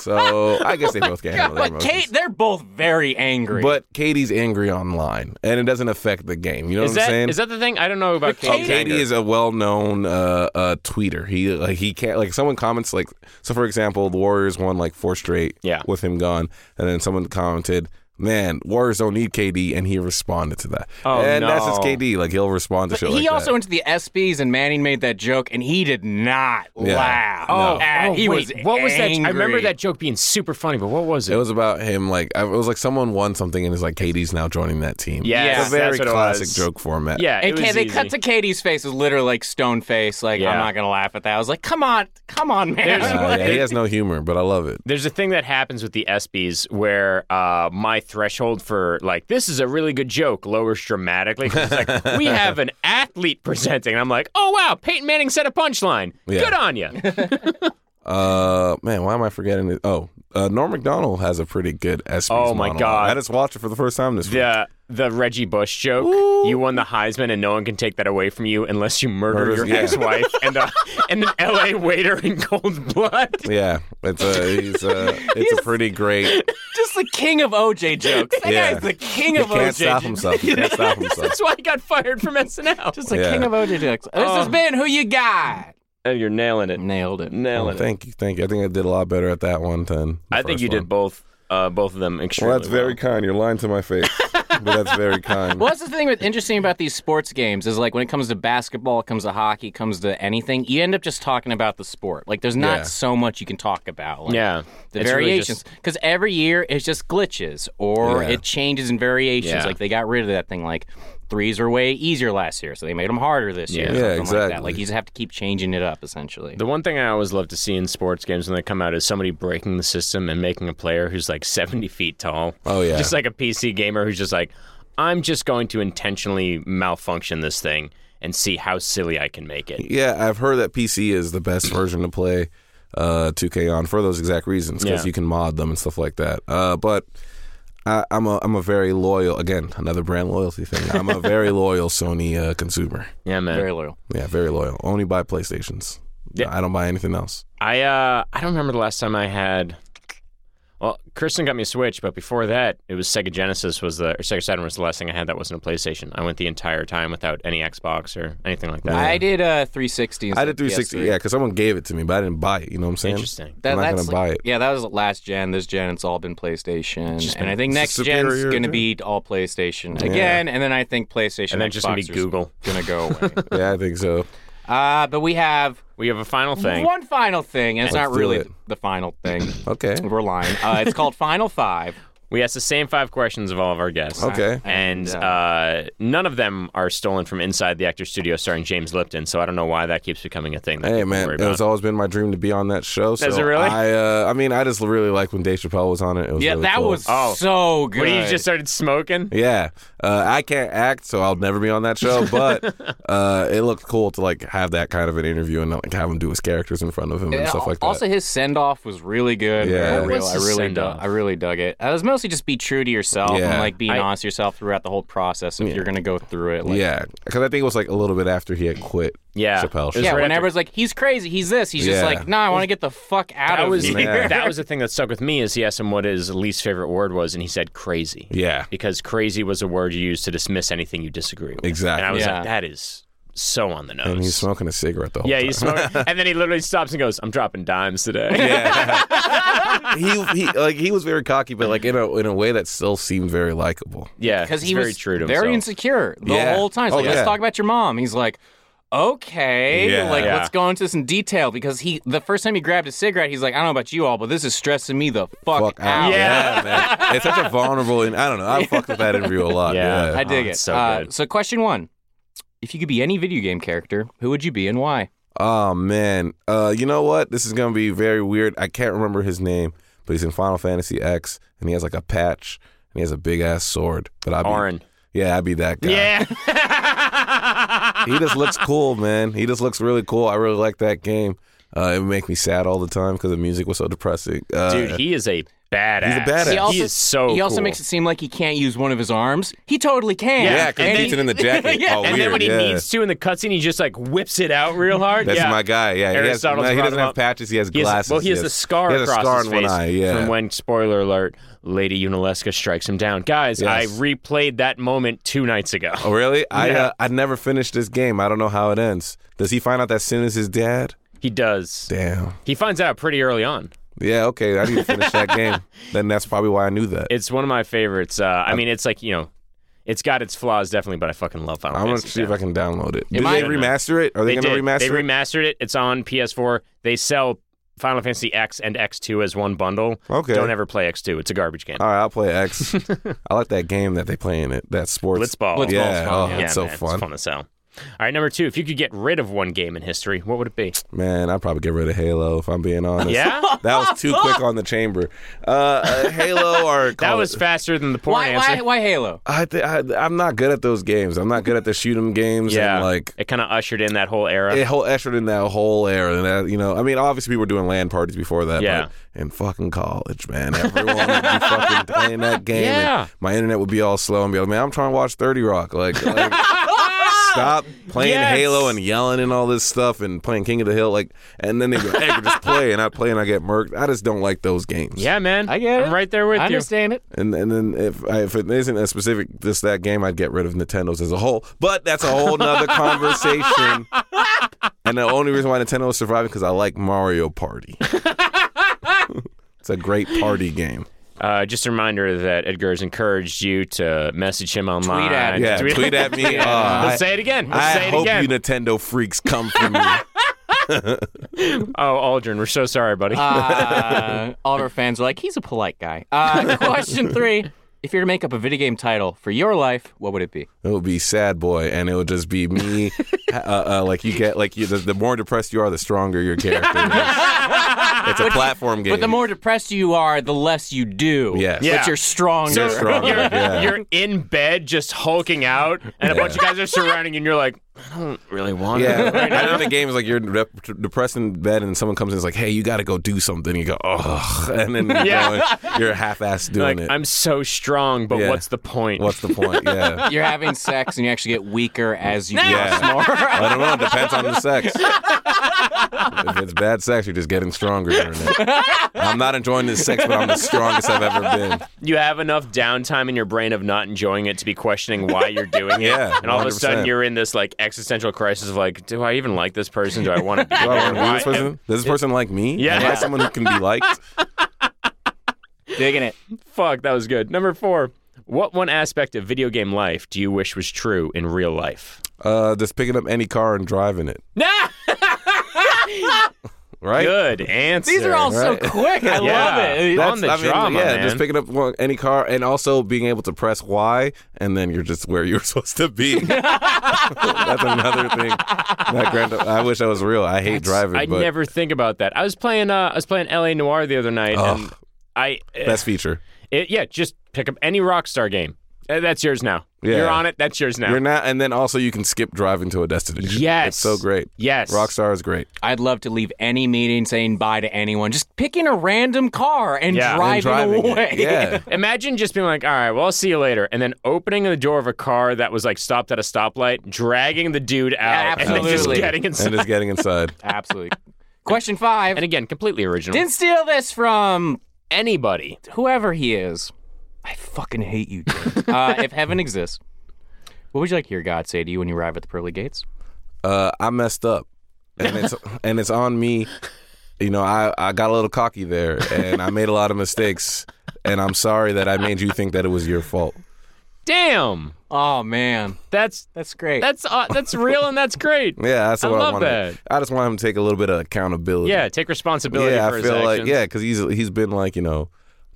so I guess they both
[LAUGHS]
can't handle their
But
emotions.
Kate, they're both very angry.
but Katie's angry online, and it doesn't affect the game. You know
is
what I'm
that
saying?
is that the thing? I don't know about
Oh,
Katie.
Katie is a well-known uh, uh, tweeter. He like he can't like someone comments like so. For example, the Warriors won like four straight.
Yeah.
with him gone, and then someone commented, "Man, Warriors don't need KD," and he responded to that.
Oh,
and that's
no.
his KD. Like he'll respond to shit
he
like
also
that.
went to the SBs and Manning made that joke and he did not
Yeah.
laugh.
Oh,
at-
oh,
he
wait,
was
what was that? I remember
angry.
that joke being super funny, but what was it?
It was about him. Like I, it was like someone won something, and it's like KD's now joining that team.
Yes,
Yeah.
it's a very
that's what it
classic
was.
joke format.
yeah, it
And Ka-
was
they
easy.
cut to Katie's face is literally like stone face. Like
Yeah.
I'm not gonna laugh at that. I was like, come on, come on, man. [LAUGHS]
There's-
Uh,
Like,
yeah, he has no humor, but I love it.
There's a thing that happens with the ESPYS where uh, my threshold for like this is a really good joke lowers dramatically. 'cause It's like we have an athlete presenting, and I'm like, oh wow, Peyton Manning said a punchline.
Yeah.
Good on you.
Uh, man, why am I forgetting it? Oh, uh, Norm Macdonald has a pretty good ESPYS.
Oh, my
monologue.
God.
I just watched it for the first time this week.
the the Reggie Bush joke. You won the Heisman, and no one can take that away from you unless you murder
Murders-
your
yeah. [LAUGHS]
ex-wife and a, and an L.A. waiter in cold blood. [LAUGHS]
uh, Yeah, it's a he's a it's a pretty great
king of OJ jokes. [LAUGHS] That
Yeah.
guy's the king
He
of OJ.
can't stop
jokes.
himself. He can't stop himself.
[LAUGHS] That's why he got fired from [LAUGHS] SNL.
Just the
Yeah.
king of OJ jokes. This has
Oh.
been who you got.
and Oh, you're nailing it.
Nailed it.
Well,
Nailing it.
thank you, thank you. I think I did a lot better at that one than. the
I think
first
you
one.
did both uh, both of them extremely
Well, that's very kind. You're lying to my face, but that's
[LAUGHS]
very kind.
Well, that's the thing with interesting about these sports games is like when it comes to basketball, it comes to hockey, it comes to anything, you end up just talking about the sport. Like there's not
Yeah.
so much you can talk about. Like,
Yeah.
The
It's really
variations, because every year it's just glitches or
Yeah.
it changes in variations.
Yeah.
Like they got rid of that thing. Like threes were way easier last year, so they made them harder this year. or
Yeah,
something Like, that.
exactly.
like you just have to keep changing it up, essentially.
The one thing I always love to see in sports games when they come out is somebody breaking the system and making a player who's like [LAUGHS] 70 feet tall.
Oh, yeah.
Just like a PC gamer who's just like, I'm just going to intentionally malfunction this thing and see how silly I can make it.
Yeah, I've heard that PC is the best version to play uh, 2K on for those exact reasons because
Yeah.
you can mod them and stuff like that. Uh, but I, I'm a I'm a very loyal again another brand loyalty thing. I'm a
[LAUGHS]
very loyal Sony uh, consumer.
Yeah, man.
Very loyal.
Yeah, very loyal. Only buy PlayStations.
Yeah.
I don't buy anything else.
I uh I don't remember the last time I had. Well, Kirsten got me a Switch, but before that, it was Sega Genesis was the or Sega Saturn was the last thing I had that wasn't a PlayStation. I went the entire time without any Xbox or anything like that.
I did uh 360.
I did 360. Yeah, because someone gave it to me, but I didn't buy it. You know what I'm saying?
Interesting.
That,
I'm not gonna
that's
buy
like-
it.
Yeah, that was last gen. This gen, it's all been PlayStation, and I think next gen's
superior
going to
gen.
be all PlayStation again. And then I think PlayStation
And then just gonna be
Xbox is
Google.
gonna
[LAUGHS]
go away.
Yeah, I think so.
uh, but we have
We have a final thing.
one final thing, and it's not
do
really
it.
the final thing. [LAUGHS]
Okay.
We're lying. Uh, it's called Final Five.
We asked the same five questions of all of our guests.
Okay.
And uh, none of them are stolen from inside the actor studio starring James Lipton, so I don't know why that keeps becoming a thing. That
Hey
people
man,
worry
it
about.
has always been my dream to be on that show. So
it really?
I, uh, I mean, I just really like when Dave Chappelle was on it. It was
Yeah,
really
that
cool.
was
Oh.
so good.
What, you just started smoking?
Yeah, uh, I can't act, so I'll never be on that
[LAUGHS]
show. But uh, it looked cool to like have that kind of an interview and like have him do his characters in front of him and
Yeah,
stuff like that.
Also, his send off was really good. For
Yeah. What
real.
was
I
his
really,
send-off?
dug, I really dug it. Uh, It was mostly just be true to yourself and
Yeah.
like being
I-
honest with yourself throughout the whole process. If you're gonna go through it, like,
yeah, because I think it was like a little bit after he had quit.
Yeah.
Chappelle.
It was
yeah.
right
whenever
after-
it's like he's crazy, he's this. He's just
Yeah.
like, [LAUGHS] nah, I want to get the fuck out
that
of
was
here.
Yeah.
that was the thing that stuck with me is he asked him what his least favorite word was, and he said crazy.
Yeah,
Because crazy was a word you used to dismiss anything you disagree with.
Exactly.
And I was
Yeah.
like, that is so on the nose.
and he's smoking a cigarette the whole
yeah,
time.
he's
[LAUGHS]
smoking. and then he literally stops and goes, I'm dropping dimes today. [LAUGHS]
Yeah, he, he like he was very cocky, but like in a in a way that still seemed very likable.
yeah.
because
he's
he
very
was
true to
very
himself.
insecure the
Yeah.
whole time. He's
Oh,
like, let's
yeah.
talk about your mom. He's like, okay,
Yeah.
like
Yeah.
let's go into this in detail because he the first time he grabbed a cigarette, he's like, I don't know about you all, but this is stressing me the fuck,
Fuck
out.
out. Yeah, man. It's such a vulnerable and I don't know. I fucked with that interview a lot.
[LAUGHS] Yeah.
Yeah.
I dig
Oh,
it.
it's so
Uh,
good.
so question one: If you could be any video game character, who would you be and why?
Oh man, uh, you know what? This is gonna be very weird. I can't remember his name, but he's in Final Fantasy X, and he has like a patch, and he has a big ass sword. But I,
Orin.
yeah, I'd be that guy.
Yeah.
he
[LAUGHS]
just looks cool, man. He just looks really cool. I really like that game. Uh, it would make me sad all the time because the music was so depressing. Uh,
Dude, he is a badass.
badass.
He,
He
also-
is so
he also
cool.
makes it seem like he can't use one of his arms. He totally can.
yeah, because
And
he
he-
beats it in
[LAUGHS]
the jacket.
Yeah.
Oh,
and
weird.
then when he
yeah.
needs to in the cutscene, he just like whips it out real hard.
That's
yeah.
my guy. Yeah, he, has, no,
Aristotle's
he
brought
doesn't
him
have
up.
patches. He has
He has-
glasses.
well, he has
yes.
a scar
He has a
across
scar
his
in
face
one eye. Yeah,
from when, spoiler alert, Lady Unalesca strikes him down. Guys, I
Yes.
replayed that moment two nights ago.
Oh, really? I
Yeah.
uh, I never finished this game. I don't know how it ends. Does he find out that Sin is his dad?
He does.
Damn.
He finds out pretty early on.
Yeah. Okay. I need to finish
[LAUGHS]
that game. Then that's probably why I knew that.
It's one of my favorites. Uh, I mean, it's like, you know, it's got its flaws, definitely, but I fucking love Final
I'm gonna
Fantasy
see if
X.
I can download it. Did
might-
they remaster it? Are they,
They
gonna
did.
remaster
They
it?
remastered it. It's on PS4. They sell Final Fantasy X and X2 as one bundle.
Okay. Uh,
Don't ever play X2. It's a garbage game.
All right. I'll
[LAUGHS]
play X. I like that game that they play in it. That sports.
Blitzball.
Blitzball's
Yeah.
fun,
oh,
yeah.
Yeah,
it's so
man,
fun.
It's fun as hell. All right, number two. If you could get rid of one game in history, what would it
[LAUGHS]
be?
Man, I'd probably get rid of Halo if I'm being honest.
Yeah,
That was too quick on the chamber. Uh, uh,
[LAUGHS]
Halo or
that
Call-
was faster than the porn
Why,
answer.
why, why Halo?
I, th- I I'm not good at those games. I'm not good at the shoot 'em games.
yeah,
And, like
it kind of ushered in that whole era.
it whole ushered in that whole era. And that, you know, I mean, obviously we were doing land parties before that.
Yeah.
But in fucking college, man, everyone would be
[LAUGHS]
fucking playing that game. and
Yeah. [LAUGHS]
my internet would be all slow and be like, man, I'm trying to watch Thirty Rock. Like, like stop playing
Yes.
Halo and yelling and all this stuff and playing King of the Hill. Like, and then they go, "Hey, just play," and I play and I get murked. I just don't like those games.
Yeah, man.
I get it.
I'm right there with
I
you.
understand it.
And and then if I, if it isn't a specific just that game, I'd get rid of Nintendo's as a whole. But that's a whole
[LAUGHS]
nother conversation. And the only reason why Nintendo is surviving because I like
[LAUGHS]
Mario Party. it's a great party game.
Uh, just a reminder that Edgar has encouraged you to message him online.
at him.
Yeah,
[LAUGHS]
tweet, at me. Uh, I,
Let's say it again. Let's
I
say it
hope
again.
you Nintendo freaks come
[LAUGHS]
for me.
oh, Aldrin, we're so sorry, buddy.
Uh, all of our fans are like, he's a polite guy. Uh, question three. If you were to make up a video game title for your life, what would it be?
it would be sad boy, and it would just be me. uh, uh, like you get like you, the, the more depressed you are, the stronger your character.
[LAUGHS]
is. It's a platform game.
But the more depressed you are, the less you do.
[LAUGHS]
Yes.
Yeah.
But you're
[LAUGHS]
stronger.
So
stronger,
You're,
yeah.
you're in bed just hulking out, and a bunch of guys are surrounding you, and you're like, I don't really want
Yeah,
it. [LAUGHS] right
I
now."
know the game is like you're dep- depressed in bed, and someone comes in and is like, "Hey, you got to go do something." You go, "Ugh," [LAUGHS] and then you're,
Yeah.
going- you're half-assed doing
Like,
it.
I'm so strong, but
Yeah.
what's the point?
What's the point? Yeah,
You're having sex and you actually get weaker as you
Yeah.
yeah.
[LAUGHS]
more.
I don't know. It depends on the sex. if it's bad sex, you're just getting stronger. During it. I'm not enjoying this sex, but I'm the strongest I've ever
[LAUGHS]
been.
you have enough downtime in your brain of not enjoying it to be questioning why you're doing it.
[LAUGHS] Yeah,
And all of a sudden
100%.
you're in this like existential crisis of like, do I even like this person? Do I want to be
[LAUGHS] Do I
here?
want to be this
Why-
person? Does this person like me?
Yeah.
Am I someone who can be liked?
Digging it.
Fuck, that was good. Number four. What one aspect of video game life do you wish was true in
[LAUGHS]
real life?
Uh, just picking up any car and driving it.
Nah!
Right.
Good answer.
These are all so
right.
quick. I
Yeah.
love it.
That's- On the
I mean,
drama,
yeah,
man.
just picking up one- any car and also being able to press Y and then you're just where you're [LAUGHS] supposed
[LAUGHS]
to be. That's another thing. That grand, I wish I was real. I hate driving,
I
but
never think about that. I was playing uh, I was playing LA Noir the other night and
Ugh.
I uh,
best feature.
it, yeah, just pick up any Rockstar game. Uh, That's yours now.
Yeah.
You're on it. That's yours now.
You're not, and then also you can skip driving to a destination.
Yes.
it's so great.
Yes.
Rockstar is great.
I'd love to leave any meeting saying bye to anyone. Just picking a random car and
Yeah. And
And
driving,
driving it.
away.
yeah.
Imagine just being like, all right, well, I'll see you later. And then opening the door of a car that was like stopped at a stoplight, dragging the dude out, [LAUGHS] and then just
Absolutely.
getting inside.
and just getting inside.
[LAUGHS] Absolutely. Question five.
And again, completely original.
Didn't steal this from
anybody.
whoever he is. I fucking hate you, Jake. [LAUGHS] uh, if heaven exists, what would you like your God say to you when you arrive at the pearly gates?
uh, I messed up,
[LAUGHS]
and it's and it's on me. You know, I I got a little cocky there, and I made a lot of mistakes, and I'm sorry that I made you think that it was your fault.
Damn,
Oh man,
that's
that's great.
that's uh, that's real and that's great.
Yeah, that's
I
what I,
love
wanted.
that.
I just want him to take a little bit of accountability.
Yeah, take responsibility
yeah.
for
I
his
feel like
actions.
yeah, because he's he's been like you know.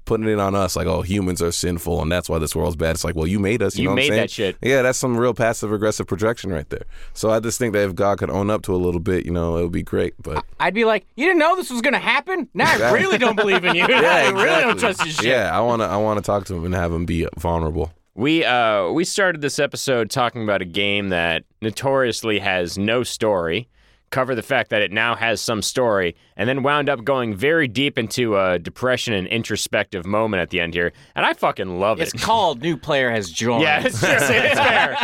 Putting it on us, like, oh, humans are sinful, and that's why this world's bad. It's like, well, you made us. You,
You
know what I'm
made
saying?
that shit.
Yeah, that's some real passive aggressive projection right there. So I just think that if God could own up to a little bit, you know, it would be great. But
I'd be like, you didn't know this was gonna happen. Now I really don't believe in you. [LAUGHS] I really don't
exactly.
trust your shit.
Yeah, I wanna I wanna talk to him and have him be vulnerable.
We uh we started this episode talking about a game that notoriously has no story, cover the fact that it now has some story, and then wound up going very deep into a depression and introspective moment at the end here. And I fucking love
It's
it.
called new player has joined.
[LAUGHS] Yeah, it's, true.
[LAUGHS]
it's fair.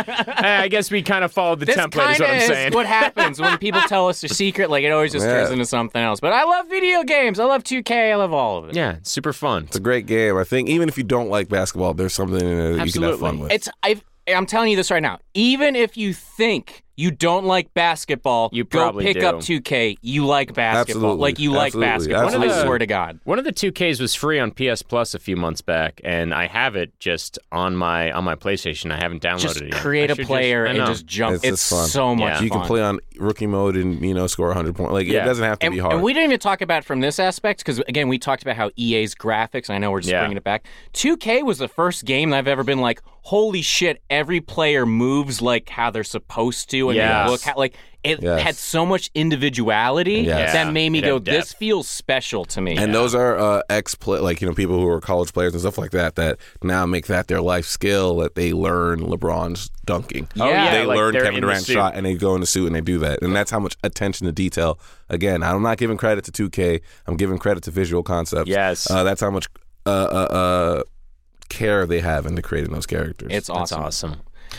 Eh, I guess we kind of followed the
This
template, is
kinda
what I'm
is
saying. [LAUGHS]
what happens when people tell us a secret. Like it always just turns
Yeah.
into something else. But I love video games. I love 2K. I love all of it.
yeah, it's super fun.
It's a great game. I think even if you don't like basketball, there's something in it that you can have
Absolutely.
fun with.
It's I've, I'm telling you this right now. Even if you think you don't like basketball,
You
go
probably
pick
do.
up 2K. You like basketball.
Absolutely.
Like you like
Absolutely.
basketball.
Absolutely.
I swear to God.
One of the 2Ks was free on PS Plus a few months back, and I have it just on my on my PlayStation. I haven't downloaded
Just
it. yet.
create
I
a
should
player
I
and
know.
just jump.
It's
It's,
just fun.
so much
Yeah.
fun.
you can play on rookie mode and you know score 100 points. Like
Yeah.
it doesn't have to
and,
be hard.
and we didn't even talk about it from this aspect because again, we talked about how EA's graphics. And I know we're just
Yeah.
bringing it back. 2K was the first game that I've ever been like, holy shit! Every player moves like how they're supposed to, and
Yes.
they look how, like it
Yes.
had so much individuality
Yes.
Yeah.
that made me
It
go,
had
this
depth.
feels special to me.
and those are uh, ex play like you know people who are college players and stuff like that that now make that their life skill that they learn LeBron's dunking.
Oh, yeah,
they
like
learn
they're
Kevin
in the
Durant's
suit.
shot and they go in the suit and they do that. And that's how much attention to detail. Again, I'm not giving credit to 2K. I'm giving credit to visual concepts.
Yes.
uh, that's how much uh, uh, uh, care they have into creating those characters.
It's
That's
awesome.
awesome.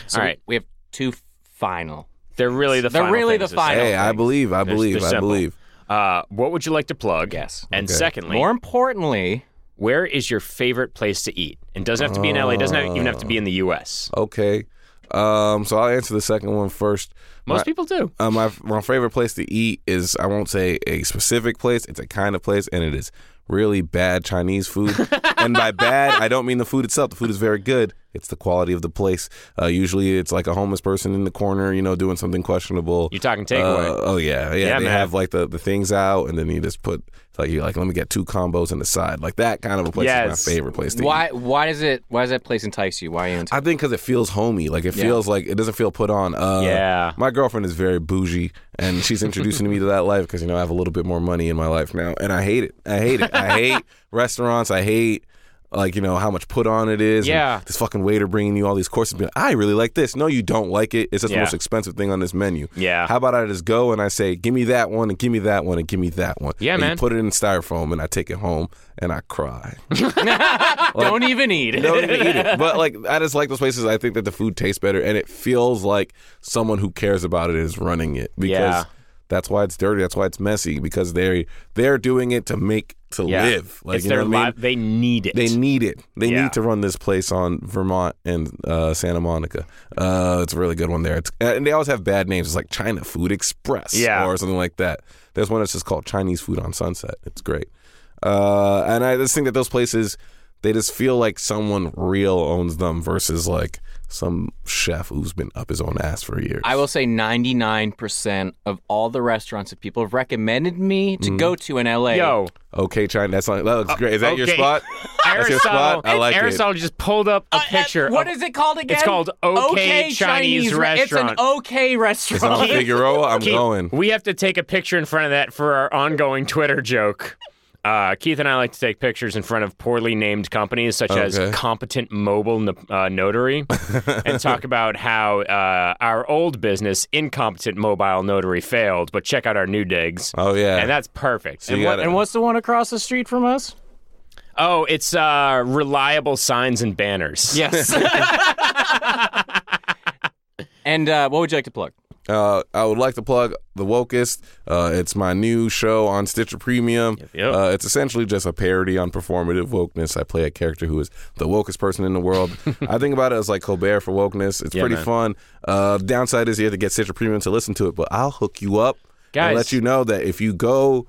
So
All right.
we have two final
They're really the
They're
final
really
things
the
to say.
final.
Hey, I
things.
believe, I
They're-
believe,
they're
I
simple.
believe.
Uh, what would you like to plug?
Yes.
And secondly,
More importantly,
where is your favorite place to eat? And doesn't have to be in LA. Doesn't have, even have to be in the U.S.
Okay. Um, so I'll answer the second one first.
Most
My-
people do.
Uh, my my favorite place to eat is I won't say a specific place. It's a kind of place, and it is really bad
[LAUGHS]
Chinese food. and by bad, I don't mean the food itself. The food is very good. It's the quality of the place. Uh, usually, it's like a homeless person in the corner, you know, doing something questionable.
You're talking takeaway.
Uh, oh yeah, yeah.
Yeah,
they
man.
have like the, the things out, and then you just put like you are like let me get two combos in the side. Like that kind of a place
Yes.
is my favorite place to eat.
why why does it why does that place entice you? Why are you into
I think because it feels homey. Like it feels like it doesn't feel put on. Uh,
Yeah.
My girlfriend is very bougie, and she's introducing me to that life because you know I have a little bit more money in my life now, and I hate it. I hate it. I
[LAUGHS]
hate restaurants. I hate. Like you know how much put on it is. and
Yeah.
this fucking waiter bringing you all these courses. Being, I really like this. No, you don't like it. It's just
Yeah.
the most expensive thing on this menu.
Yeah.
How about I just go and I say, give me that one and give me that one and give me that one.
Yeah,
And you
man.
put it in styrofoam and I take it home and I cry.
Don't even eat
[LAUGHS]
[LAUGHS]
it.
don't even eat it. But like, I just like those places. I think that the food tastes better, and it feels like someone who cares about it is running it because
Yeah.
that's why it's dirty. That's why it's messy because they they're doing it to make to
Yeah.
live. Like
it's
you know
their
what I mean?
li- They need it.
They need it. They
Yeah.
need to run this place on Vermont and uh, Santa Monica. Uh, it's a really good one there. It's, uh, and they always have bad names. It's like China Food Express
Yeah.
or something like that. There's one that's just called Chinese Food on Sunset. It's great. Uh, and I just think that those places, they just feel like someone real owns them versus like some chef who's been up his own ass for years.
I will say 99% of all the restaurants that people have recommended me
Mm-hmm.
to go to in LA.
Yo,
okay, China. That's not, that looks great. Is that your
Uh, okay.
spot? That's your
Aristotle.
spot. I like it.
Aristotle just pulled up a
Uh, uh,
picture.
what
of,
is it called again?
called OK Chinese
re-
Restaurant.
It's an OK
It's on
restaurant.
Figueroa. I'm
Keith,
going.
We have to take a picture in front of that for our ongoing Twitter joke. Uh, Keith and I like to take pictures in front of poorly named companies such as
Okay.
Competent Mobile no- uh,
[LAUGHS]
Notary and talk about how uh, our old business, Incompetent Mobile Notary, failed, but check out our new digs.
Oh yeah.
And that's perfect.
You
And
got
what-
it.
and what's the one across the street from us?
oh, it's uh, Reliable Signs and Banners.
Yes. and uh, what would you like to plug?
Uh, I would like to plug The Wokest. Uh, it's my new show on Stitcher Premium.
yep.
Uh, it's essentially just a parody on performative wokeness. I play a character who is the wokest person in
[LAUGHS]
the world. I think about it as like Colbert for wokeness. It's pretty
man.
fun. Uh, downside is you have to get Stitcher Premium to listen to it, but I'll hook you up
Guys.
and let you know that if you go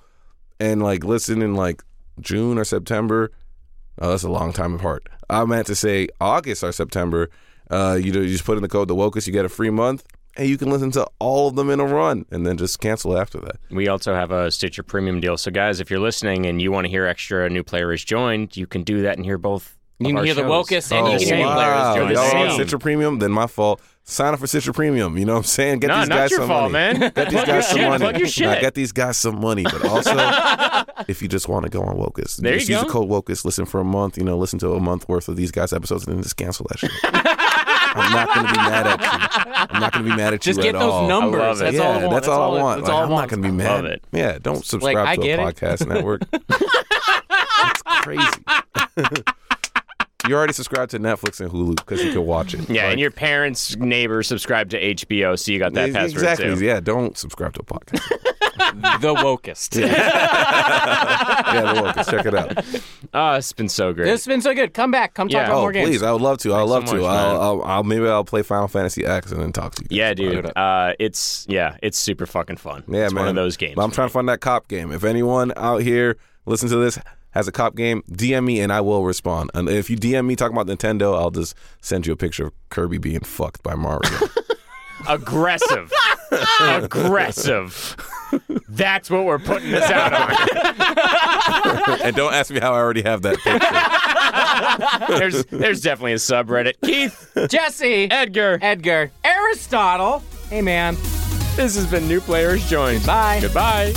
and like listen in like June or September, Oh, that's a long time apart. I meant to say August or September. Uh, you know, you just put in the code the wokest, you get a free month, and you can listen to all of them in a run, and then just cancel after that.
We also have a Stitcher premium deal. So, guys, if you're listening and you want to hear extra new player is joined, you can do that and hear both.
You can hear the
Wokus
Wokus and
the
you can hear
same.
the Players
Oh, wow.
Join.
They're the
Y'all want
same.
Stitcher Premium? Then my fault. Sign up for Stitcher Premium. You know what I'm saying? Get
No,
these
not
guys
your
some
fault,
money.
man.
Get these
Plug your
guys some
shit,
money.
plug your shit.
Now, get these guys some money, but also if you just want to go on Wokus,
There you
just use
go.
the code Wokus. Listen for a month. You know, listen to a month worth of these guys' episodes, and then just cancel that shit. I'm not gonna be mad at you. I'm not gonna be mad at
Just
you
get
at
those
all.
numbers.
love it.
That's
yeah,
all I want.
that's all I want.
That's
Like,
all I
I'm
want.
not gonna be
I
mad.
love it.
Yeah, don't subscribe
I
to a
get it.
podcast network. That's crazy. [LAUGHS] you already subscribed to Netflix and Hulu because you can watch it.
Yeah,
Like,
and your parents, neighbors subscribe to HBO, so you got that
e-
password
exactly.
too.
Yeah, don't subscribe to a podcast.
the
[LAUGHS]
wokest.
yeah, the Locust, check
[LAUGHS]
it out.
Oh, it's been so great.
This has been so good. Come back. Come talk
Yeah.
about
Oh,
more games.
please, I would love to. I would love
so
to.
much, man.
I'll, I'll, I'll maybe I'll play Final Fantasy X and then talk to you. guys
yeah,
about it.
dude. Uh, it's yeah, it's super fucking fun.
Yeah,
it's
man.
one of those games.
I'm trying to find that cop game. If anyone out here listens to this has a cop game, DM me and I will respond. And if you DM me talking about Nintendo, I'll just send you a picture of Kirby being fucked by Mario.
[LAUGHS]
[LAUGHS]
Aggressive, aggressive. That's what we're putting this out on.
and don't ask me how I already have that picture.
There's there's definitely a subreddit. Keith,
Jesse,
Edgar,
Edgar, Aristotle. Hey, man.
this has been New Players Joined.
Bye.
Goodbye.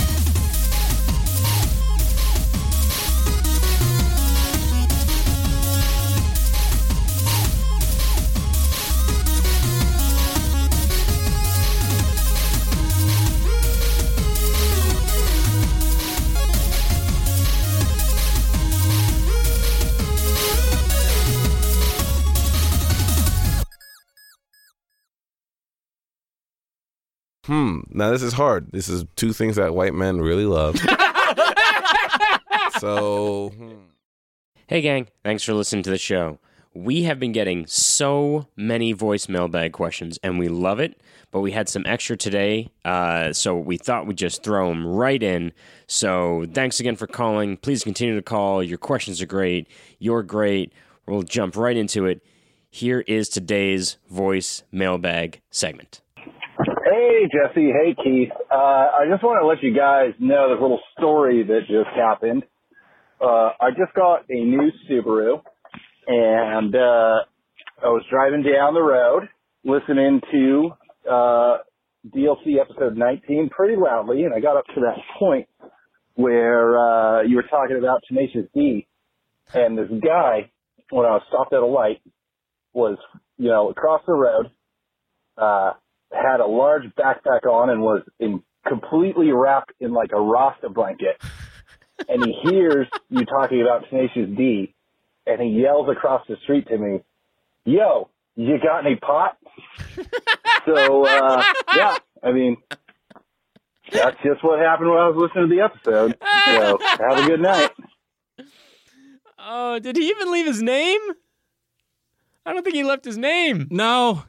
hmm, now this is hard. This is two things that white men
[LAUGHS]
really love. so, hmm.
Hey, gang. Thanks for listening to the show. We have been getting so many voice mailbag questions, and we love it. But we had some extra today, uh, so we thought we'd just throw them right in. So thanks again for calling. Please continue to call. Your questions are great. You're great. We'll jump right into it. Here is today's voice mailbag segment.
Hey, Jesse. Hey, Keith. Uh, I just want to let you guys know this little story that just happened. Uh, I just got a new Subaru, and uh, I was driving down the road listening to uh, DLC episode 19 pretty loudly, and I got up to that point where uh, you were talking about Tenacious D, and this guy, when I was stopped at a light, was, you know, across the road, uh, had a large backpack on and was in completely wrapped in like a Rasta blanket. and he hears you talking about Tenacious D and he yells across the street to me, Yo, you got any pot? so, uh, yeah, I mean, that's just what happened when I was listening to the episode. So, have a good night.
Oh, did he even leave his name? I don't think he left his name.
No.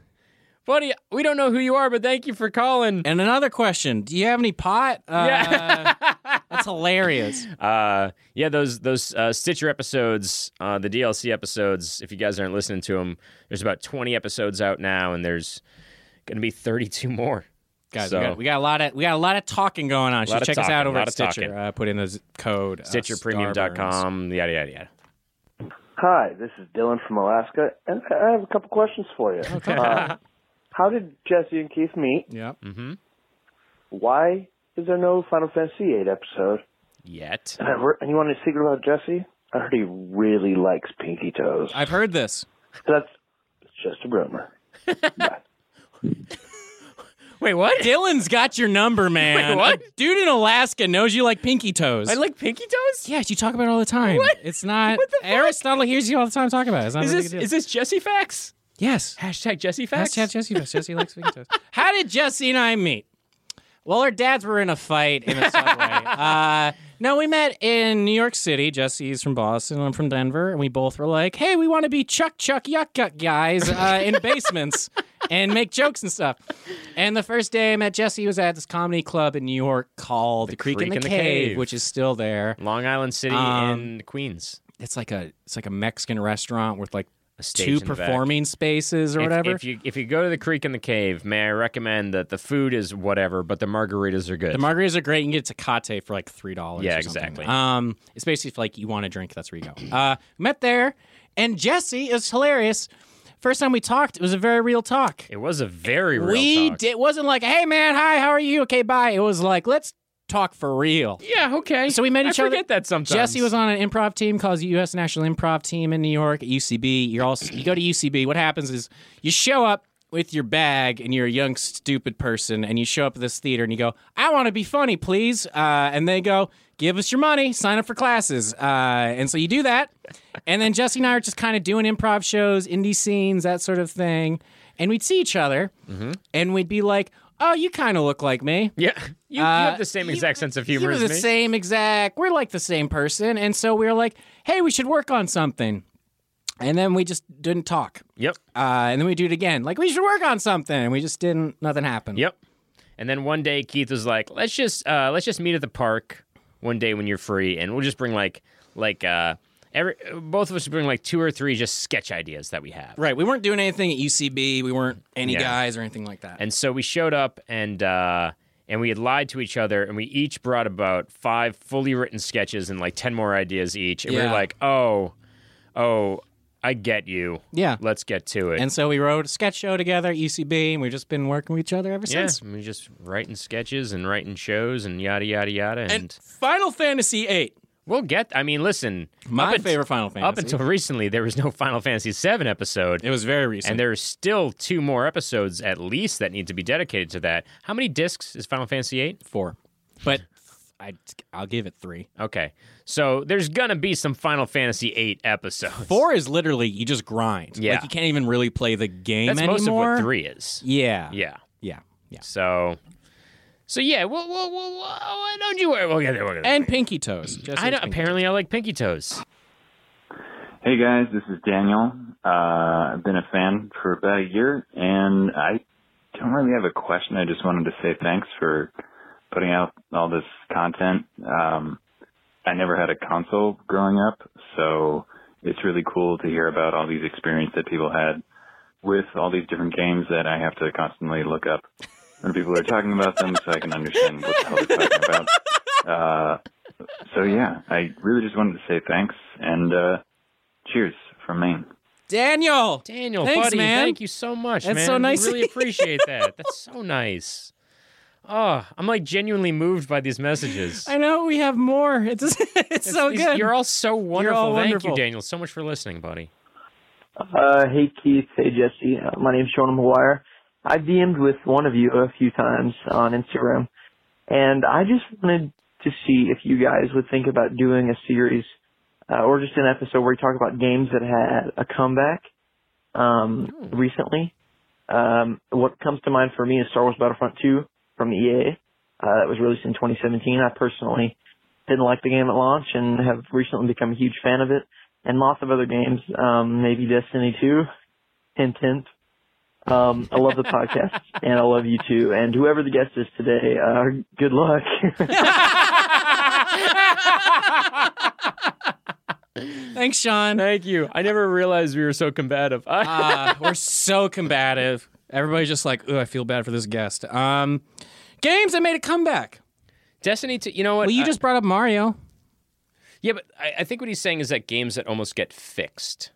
Buddy, we don't know who you are, but thank you for calling.
And another question: Do you have any pot? Uh, that's hilarious.
Uh, yeah, those those uh, Stitcher episodes, uh, the DLC episodes. If you guys aren't listening to them, there's about 20 episodes out now, and there's going to be 32 more.
Guys,
So-
we, got, we got a lot of we got a lot of talking going on. So
Lot of
check us out
talking,
over
lot
at
of
Stitcher.
talking.
Uh, put in the code uh, Starburns.
StitcherPremium.com, yada yada yada.
Hi, this is Dylan from Alaska, and I have a couple questions for you. Uh, how did Jesse and Keith meet?
Yep.
Mm-hmm.
Why is there no Final Fantasy VIII episode?
Yet,
And I heard- and you want a secret about Jesse? I heard he really likes Pinky Toes.
I've heard this.
That's it's just a rumor.
wait, what?
Dylan's got your number, man.
[LAUGHS] Wait, what?
A dude in Alaska knows you like pinky toes.
I like Pinky Toes.
Yes, you talk about it all the time.
What?
It's not
What the fuck?
Aristotle hears you all the time talking about it. It's not
Is
a big
this
deal.
is this Jesse Facts?
yes.
Hashtag Jesse
That's
Facts.
Jesse. That's Jesse likes pinky toes. How did Jesse and I meet? Well, our dads were in a fight in a subway. uh, no, we met in New York City. Jesse's from Boston. I'm from Denver. And we both were like, hey, we want to be Chuck Chuck Yuck Yuck guys uh, in basements and make jokes and stuff. And the first day I met Jesse was at this comedy club in New York called The, Creek, in the, Cave, which is still there.
Long Island City
Um,
in Queens.
It's like a it's like a Mexican restaurant with like
A stage
two
in the back.
performing spaces or
If-
whatever.
If, you if you go to the creek in the cave, may I recommend that the food is whatever, but the margaritas are good.
The margaritas are great. You can get tecate for like three dollars.
Yeah,
or something.
exactly.
Um, it's basically if, like you want a drink, that's where you go. Uh, met there, and Jesse is hilarious. First time we talked, it was a very real talk.
it was a very real
we
talk.
Did, it wasn't like, hey man, hi, how are you? Okay, bye. It was like, let's talk for real.
Yeah, okay.
So we met
I
each other-
forget that sometimes.
Jesse was on an improv team called the U.S. National Improv Team in New York at UCB. You're also you go to UCB. What happens is you show up with your bag and you're a young stupid person and you show up at this theater and you go, "I want to be funny, please," uh, and they go, "Give us your money, sign up for classes," uh, and so you do that. And then Jesse and I are just kind of doing improv shows, indie scenes, that sort of thing, and we'd see each other and we'd be like, "Oh, you kind of look like me."
Yeah. You, you
Uh,
have the same
you-
exact sense of humor
He was
as
the
me.
same exact. We're like the same person, and so we were like, "Hey, we should work on something," and then we just didn't talk.
Yep.
Uh, and then we do it again, like we should work on something, and we just didn't. Nothing happened.
Yep. And then one day Keith was like, "Let's just uh, let's just meet at the park one day when you're free, and we'll just bring like like uh, every both of us bring like two or three just sketch ideas that we have."
Right. We weren't doing anything at UCB. We weren't any
Yeah.
guys or anything like that.
And so we showed up and uh, and we had lied to each other and we each brought about five fully written sketches and like 10 more ideas each. And we
Yeah.
were like, "Oh, oh, I get you.
yeah.
Let's get to it."
And so we wrote a sketch show together at UCB, and we've just been working with each other ever
yeah,
since.
and we just writing sketches and writing shows and yada yada yada and,
And Final Fantasy VIII,
we'll get I mean, listen,
my
up unt-
favorite Final Fantasy.
Up until recently there was no Final Fantasy 7 episode.
it was very recent.
and there's still two more episodes at least that need to be dedicated to that. How many discs is Final Fantasy 8?
four, but I I'll give it three.
Okay. So there's going to be some Final Fantasy VIII episodes.
Four is literally you just grind.
Yeah.
Like you can't even really play the game
That's most
anymore.
of what three is.
Yeah.
Yeah.
Yeah. Yeah.
So So yeah, well, well, well, well, why don't you worry. We'll get there. We'll get there.
and pinky toes. Jesse
I
has
know,
pinky-
apparently, I like pinky toes.
Hey guys, this is Daniel. Uh, I've been a fan for about a year, and I don't really have a question. I just wanted to say thanks for putting out all this content. Um, I never had a console growing up, so it's really cool to hear about all these experiences that people had with all these different games that I have to constantly look up when people are talking about them, so I can understand what the hell they're talking about. Uh, so yeah, I really just wanted to say thanks and. Uh, Cheers from Maine.
Daniel.
Daniel,
Thanks,
buddy,
man.
thank you so much,
That's
man.
so nice
We really
of you. [LAUGHS]
appreciate that. That's so nice. Oh, I'm like genuinely moved by these messages.
I know we have more. It's [LAUGHS] it's so
These-
good.
You're all so wonderful.
all
Thank
wonderful.
you, Daniel, so much for listening, buddy.
Uh, hey Keith, hey Jesse. Uh, my name's Sean McGuire. I DM'd with one of you a few times on Instagram, and I just wanted to see if you guys would think about doing a series uh, or just an episode where we talk about games that had a comeback um, recently. Um, what comes to mind for me is Star Wars Battlefront 2 from EA. Uh, that was released in 2017. I personally didn't like the game at launch and have recently become a huge fan of it and lots of other games. Um, maybe Destiny 2, hint, hint. Um, I love the podcast, and I love you too. And whoever the guest is today, uh, good luck. [LAUGHS]
Thanks, Sean.
Thank you. I never realized we were so combative.
Uh, we're so combative. Everybody's just like, "Ooh, I feel bad for this guest." Um, games that made a comeback.
Destiny, to, you know what?
Well, you
I-
just brought up Mario.
Yeah, but I, I think what he's saying is that games that almost get fixed,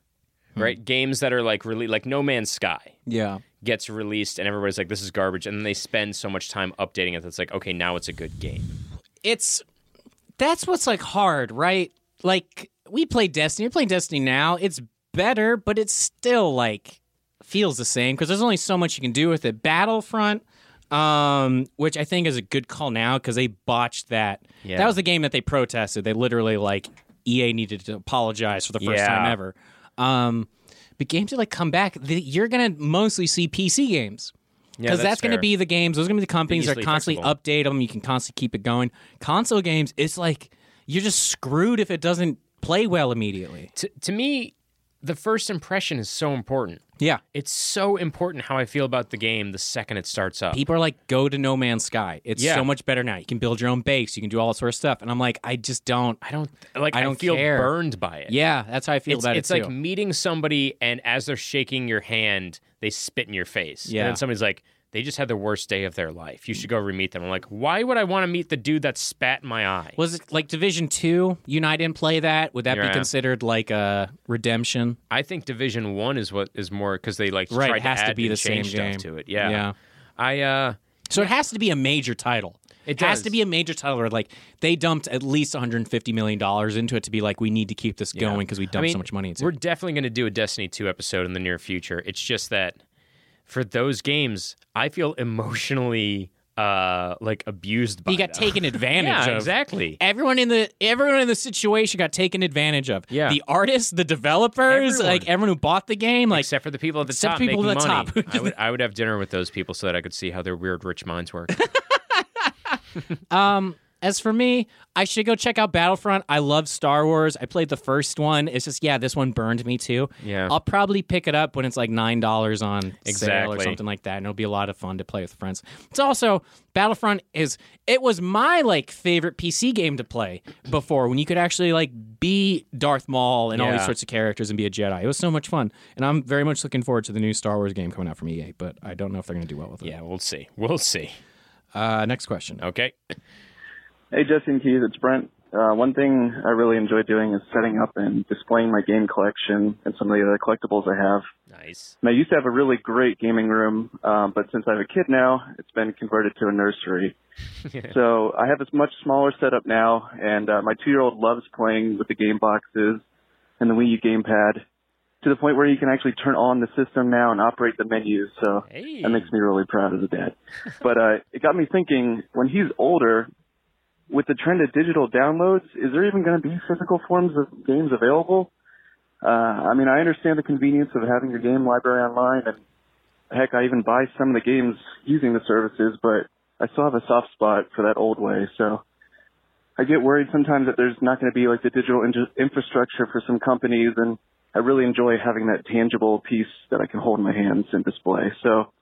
Hmm.
right? Games that are like really like No Man's Sky
Yeah.
gets released, and everybody's like, "This is garbage," and then they spend so much time updating it that it's like, okay, now it's a good game.
it's that's what's like hard, right? Like we play Destiny, we play Destiny now. It's better, but it's still like feels the same because there's only so much you can do with it. Battlefront, um, which I think is a good call now because they botched that.
Yeah.
That was the game that they protested. They literally like EA needed to apologize for the first
Yeah.
time ever. Um, but games that like come back, the, you're gonna mostly see PC games
Yeah,
because that's, going to be the games. Those are going to be the companies that
Easily
constantly
fixable.
update them. You can constantly keep it going. Console games, it's like you're just screwed if it doesn't play well immediately.
to, to me. The first impression is so important.
Yeah,
It's so important how I feel about the game the second it starts up.
people are like, go to No Man's Sky. It's
Yeah.
so much better now. You can build your own base. You can do all that sort of stuff. And I'm like, I just don't.
I don't like.
I
I,
don't
feel
care.
burned by it.
Yeah, that's how I feel
it's,
about
it's
it
like
too.
meeting somebody and as they're shaking your hand they spit in your face and
Yeah.
then somebody's like they just had the worst day of their life you should go re-meet them i'm like why would i want to meet the dude that spat in my eye
Was it like Division Two? You and I didn't play that. Would that
Yeah.
be considered like a redemption?
i think division one is what is more because they like
Right,
tried
it has
to,
to
add
be
and
the same
change stuff
game.
to it yeah
Yeah.
i uh
So it has to be a major title.
It
has
does.
to be a major title. Or like they dumped at least 150 million dollars into it to be like we need to keep this going because we dumped
I mean,
so much money into
We're
it.
definitely going to do a Destiny 2 episode in the near future. It's just that for those games, I feel emotionally uh like abused by
You got
them.
taken advantage
[LAUGHS] yeah,
of.
exactly.
Everyone in the everyone in the situation got taken advantage of.
Yeah.
the artists, the developers,
Everyone.
like everyone who bought the game, like
except for the people at the
except
top
people
making
at the
money.
top.
I would I would have dinner with those people so that I could see how their weird rich minds
[LAUGHS]
work.
Um, as for me, I should go check out Battlefront. I love Star Wars. I played the first one. It's just yeah, this one burned me too.
Yeah.
I'll probably pick it up when it's like nine dollars on sale or
Exactly.
something like that, and it'll be a lot of fun to play with friends. It's also Battlefront is it was my like favorite PC game to play before when you could actually like be Darth Maul and all these
Yeah.
sorts of characters and be a Jedi. It was so much fun, and I'm very much looking forward to the new Star Wars game coming out from EA. But I don't know if they're going to do well with it.
yeah, we'll see. We'll see.
Uh, next question.
Okay.
Hey, Jesse and Keith, it's Brent. Uh, one thing I really enjoy doing is setting up and displaying my game collection and some of the other collectibles I have.
Nice.
And I used to have a really great gaming room, um, but since I have a kid now, it's been converted to a
[LAUGHS]
nursery. so I have a much smaller setup now, and uh, my two-year-old loves playing with the game boxes and the Wii U gamepad to the point where he can actually turn on the system now and operate the menus. So
Hey.
that makes me really proud as a dad. But uh, it got me thinking when he's older, with the trend of digital downloads, is there even going to be physical forms of games available? Uh, I mean, I understand the convenience of having your game library online, and heck, I even buy some of the games using the services, but
I still have a soft spot for that old way. So I get worried sometimes that there's not going to be like the digital in- infrastructure for some companies, and I really enjoy having that tangible piece that I can hold in my hands and display. So,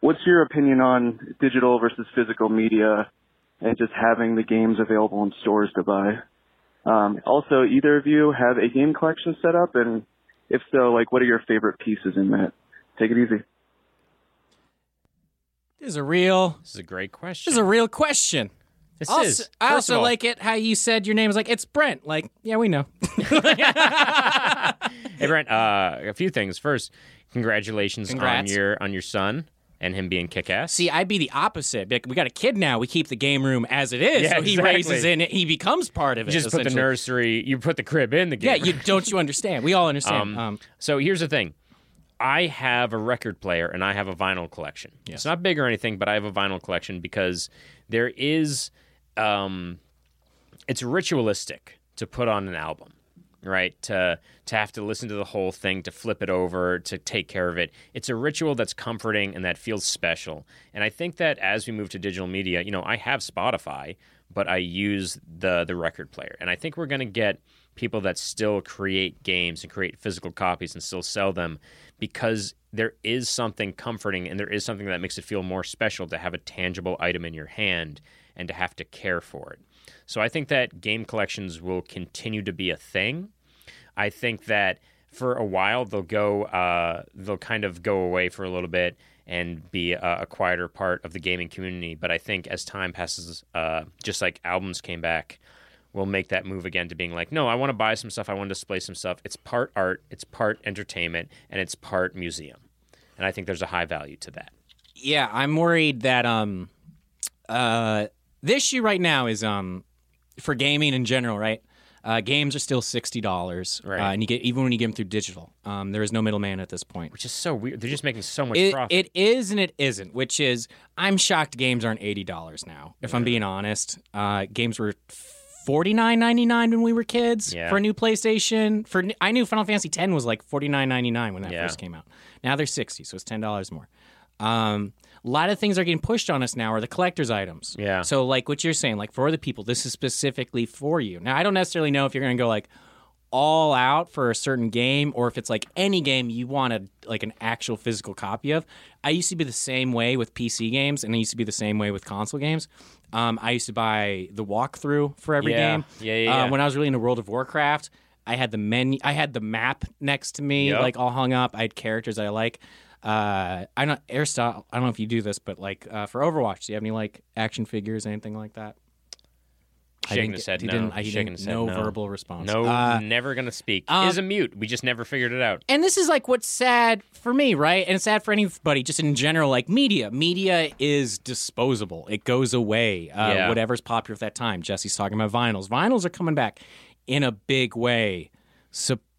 what's your opinion on digital versus physical media, and just having the games available in stores to buy? Um, also, either of you have a game collection set up, and if so, like what are your favorite pieces in that? Take it easy.
This is a real.
This is a great question.
This is a real question.
This
Also-
is.
I
First
also
of all-
like it how you said your name was like it's Brent. Like, yeah, we
[LAUGHS]
know.
Hey Brent, uh, a few things. First, congratulations on
Congrats.
your on your son and him being kick ass.
See, I'd be the opposite. Be Like, we got a kid now. We keep the game room as it is.
Yeah,
so he
exactly.
raises in it. He becomes part of it.
you just put the
essentially.
nursery, you put the crib in the
Yeah,
game.
you don't you understand? We all understand.
Um,
Um,
So here's the thing. I have a record player and I have a vinyl collection. It's not big or anything, but I have a vinyl collection because there is um it's ritualistic to put on an album, right? To to have to listen to the whole thing, to flip it over, to take care of it. It's a ritual that's comforting and that feels special. And I think that as we move to digital media, you know, I have Spotify, but I use the the record player. And I think we're going to get people that still create games and create physical copies and still sell them because there is something comforting and there is something that makes it feel more special to have a tangible item in your hand and to have to care for it. So I think that game collections will continue to be a thing. I think that for a while they'll go, uh, they'll kind of go away for a little bit and be a, a quieter part of the gaming community. But I think as time passes, uh, just like albums came back, we'll make that move again to being like, no, I want to buy some stuff, I want to display some stuff. It's part art, it's part entertainment, and it's part museum. And I think there's a high value to that.
yeah, I'm worried that um, uh, the issue right now is um, for gaming in general, right? Uh, games are still sixty dollars,
Right.
Uh, and you get even when you get them through digital, um, there is no middleman at this point.
Which is so weird. They're just making so much
It,
profit.
it is and it isn't, which is I'm shocked games aren't eighty dollars now. If I'm being honest, uh, games were forty nine ninety nine when we were kids
Yeah.
for a new PlayStation. For n- I knew Final Fantasy ten was like forty nine ninety nine when that
Yeah.
first came out. Now they're sixty, so it's ten dollars more. Um, a lot of things are getting pushed on us now are the collector's items.
Yeah.
So like what you're saying, like for other people, this is specifically for you. Now I don't necessarily know if you're gonna go like all out for a certain game or if it's like any game you want a like an actual physical copy of. I used to be the same way with PC games and I used to be the same way with console games. Um, I used to buy the walkthrough for every
Yeah.
game.
Yeah, yeah,
Uh,
yeah.
when I was really into World of Warcraft, I had the menu I had the map next to me,
Yep.
like all hung up. I had characters I like. Uh, I don't Aristotle. I don't know if you do this, but like uh, for Overwatch, do you have any like action figures, anything like that?
Shaking
didn't
his
get-
head
he
no.
Didn't, I, he
Shaking
didn't-
his head
no,
no.
verbal response.
No,
Uh,
never gonna speak.
um,
is a mute. We just never figured it out.
and this is like what's sad for me, right? And it's sad for anybody, just in general, like media. Media is disposable, it goes away. Uh,
Yeah.
Whatever's popular at that time. Jesse's talking about vinyls. Vinyls are coming back in a big way,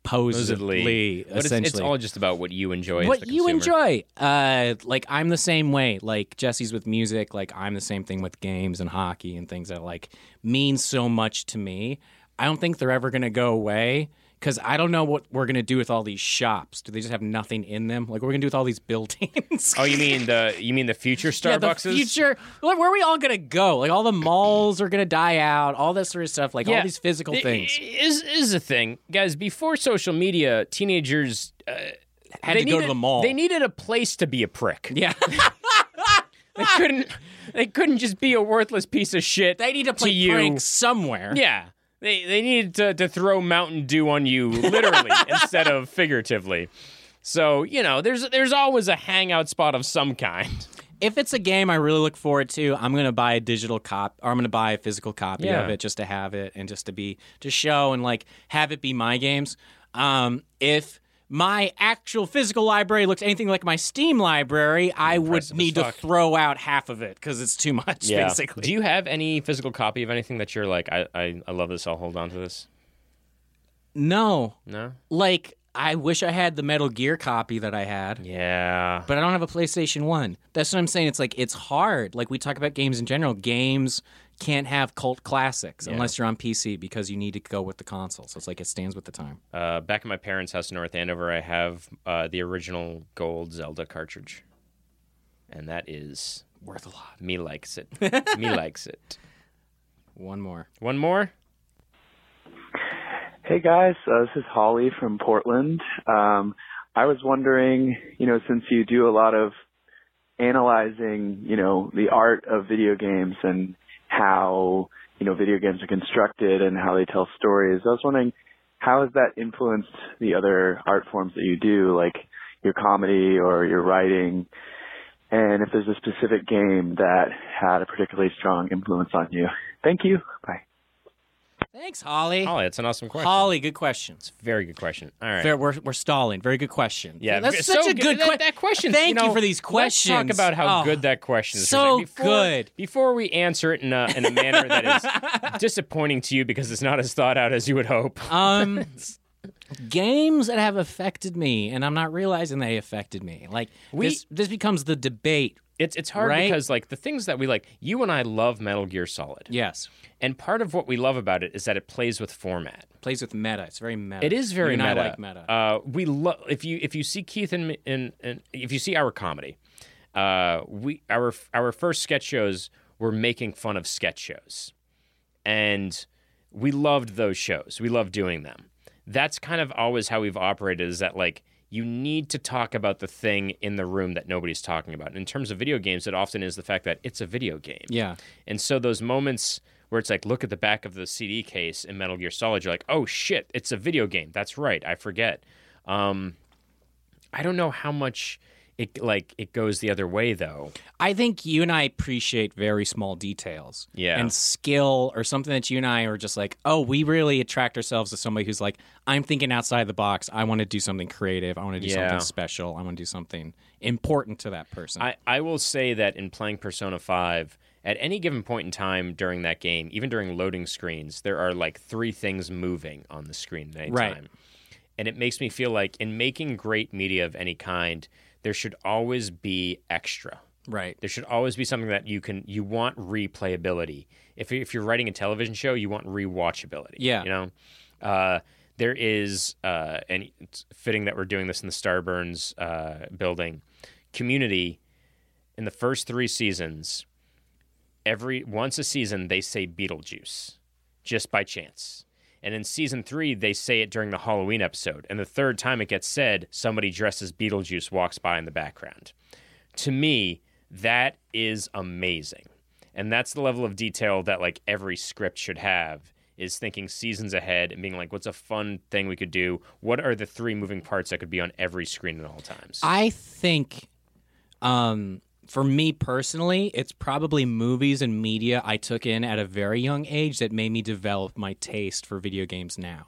supposedly.
Supposedly. But it's,
essentially.
it's all just about what you enjoy. as
what
the
you
consumer.
enjoy. Uh, like I'm the same way. Like Jesse's with music. Like I'm the same thing with games and hockey and things that like mean so much to me. I don't think they're ever gonna go away because I don't know what we're gonna do with all these shops. Do they just have nothing in them? Like what we're gonna do with all these buildings?
Oh, you mean the you mean the future
[LAUGHS] Yeah, the
Starbuckses?
future. Where, where are we all gonna go? Like all the malls are gonna die out. All that sort of stuff. Like all
Yeah.
these physical
I-
things.
is is a thing, guys. Before social media, teenagers uh,
Had to
they
go
needed-
to the mall.
They needed a place to be a prick.
yeah.
[LAUGHS] They couldn't. They couldn't just be a worthless piece of shit.
they need to play
you.
pranks somewhere.
Yeah. They they needed to, to throw Mountain Dew on you [LAUGHS] literally instead of figuratively. So, you know, there's there's always a hangout spot of some kind.
if it's a game I really look forward to, I'm gonna buy a digital cop or I'm gonna buy a physical copy
Yeah.
of it just to have it and just to be to show and like have it be my games. Um, if my actual physical library looks anything like my Steam library, I would
Impressive as
need to
fuck.
throw out half of it because it's too much, [LAUGHS] basically.
Do you have any physical copy of anything that you're like, I, I, I love this, I'll hold on to this?
no,
No?
like I wish I had the Metal Gear copy that I had.
Yeah.
but I don't have a PlayStation 1. That's what I'm saying. It's like it's hard. Like we talk about games in general, games can't have cult classics unless you're on PC because you need to go with the console. So it's like it stands with the time.
Uh, back at my parents' house in North Andover, I have uh, the original gold Zelda cartridge. And that is
Worth a lot.
Me likes it. Me likes it.
One more.
One more.
Hey guys, uh, this is Holly from Portland. Um, I was wondering, you know, since you do a lot of analyzing, you know, the art of video games and how, you know, video games are constructed and how they tell stories, I was wondering how has that influenced the other art forms that you do, like your comedy or your writing? And if there's a specific game that had a particularly strong influence on you. Thank you. Bye.
Thanks, Holly.
Holly, that's an awesome question.
Holly, good questions.
Very good question. All right.
Fair, we're, we're stalling. Very good question.
Yeah,
that's
so
such a good
that-
question.
That question.
Thank you,
know,
for these questions.
Let's talk about how
Oh,
good that question is. for a
so
second. before,
good.
Before we answer it in a, in a manner that
[LAUGHS]
is disappointing to you because it's not as thought out as you would hope. [LAUGHS]
Um, games that have affected me, and I'm not realizing they affected me. Like
We-
this, this becomes the debate.
It's it's hard
Right?
because like the things that we like, you and I love Metal Gear Solid,
Yes,
and part of what we love about it is that it plays with format.
plays with meta. It's very meta.
It is very
you and
meta.
I like meta.
Uh, we love if you if you see Keith and, me- and, and if you see our comedy, uh, we our our first sketch shows were making fun of sketch shows, and we loved those shows. We loved doing them. That's kind of always how we've operated. Is that like you need to talk about the thing in the room that nobody's talking about. And in terms of video games, it often is the fact that it's a video game.
yeah,
And so those moments where it's like, look at the back of the CD case in Metal Gear Solid, you're like, oh shit, it's a video game. That's right, I forget. Um, I don't know how much it like it goes the other way though.
I think you and I appreciate very small details.
Yeah.
and skill or something that you and I are just like, oh, we really attract ourselves to somebody who's like, I'm thinking outside the box. I want to do something creative. I want to do
Yeah.
something special. I want to do something important to that person.
I, I will say that in playing Persona 5, at any given point in time during that game, even during loading screens, there are like three things moving on the screen at any
Right.
time. And it makes me feel like in making great media of any kind, there should always be extra.
right.
There should always be something that you can you want replayability. If you- if you're writing a television show, you want rewatchability.
Yeah.
you know, uh, there is uh, and it's fitting that we're doing this in the Starburns uh, building. Community in the first three seasons, every once a season they say Beetlejuice just by chance. And in season three, they say it during the Halloween episode. And the third time it gets said, somebody dressed as Beetlejuice walks by in the background to me that is amazing and that's the level of detail that like every script should have is thinking seasons ahead and being like what's a fun thing we could do what are the three moving parts that could be on every screen at all times
I think, um, for me personally, it's probably movies and media I took in at a very young age that made me develop my taste for video games now.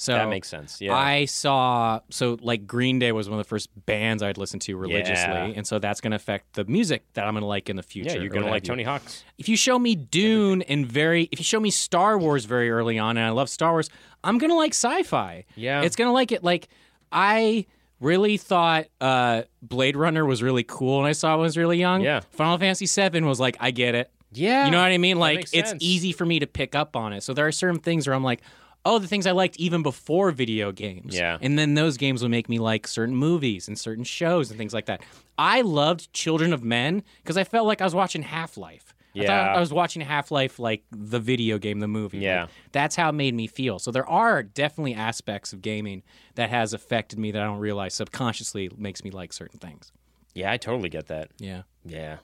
So
that makes sense yeah
I saw so like Green Day was one of the first bands I'd listened to religiously,
Yeah.
and so that's going to affect the music that I'm going to like in the future.
yeah
or
you're
what
gonna like
have
tony
you.
hawk's
If you show me Dune and very, if you show me Star Wars very early on, and I love Star Wars, I'm gonna like sci-fi.
Yeah.
it's gonna like it. Like I really thought uh, Blade Runner was really cool, and I saw it when I was really young.
Yeah.
Final Fantasy VII was like, I get it.
yeah
You know what I mean? Like
makes
it's
sense.
easy for me to pick up on it. So there are certain things where I'm like, oh, the things I liked even before video games.
Yeah.
And then those games would make me like certain movies and certain shows and things like that. I loved Children of Men because I felt like I was watching Half Life. I
Yeah.
thought I was watching Half Life like the video game, the movie.
Yeah.
Like, that's how it made me feel. So there are definitely aspects of gaming that has affected me that I don't realize subconsciously makes me like certain things.
yeah i totally get that
Yeah.
yeah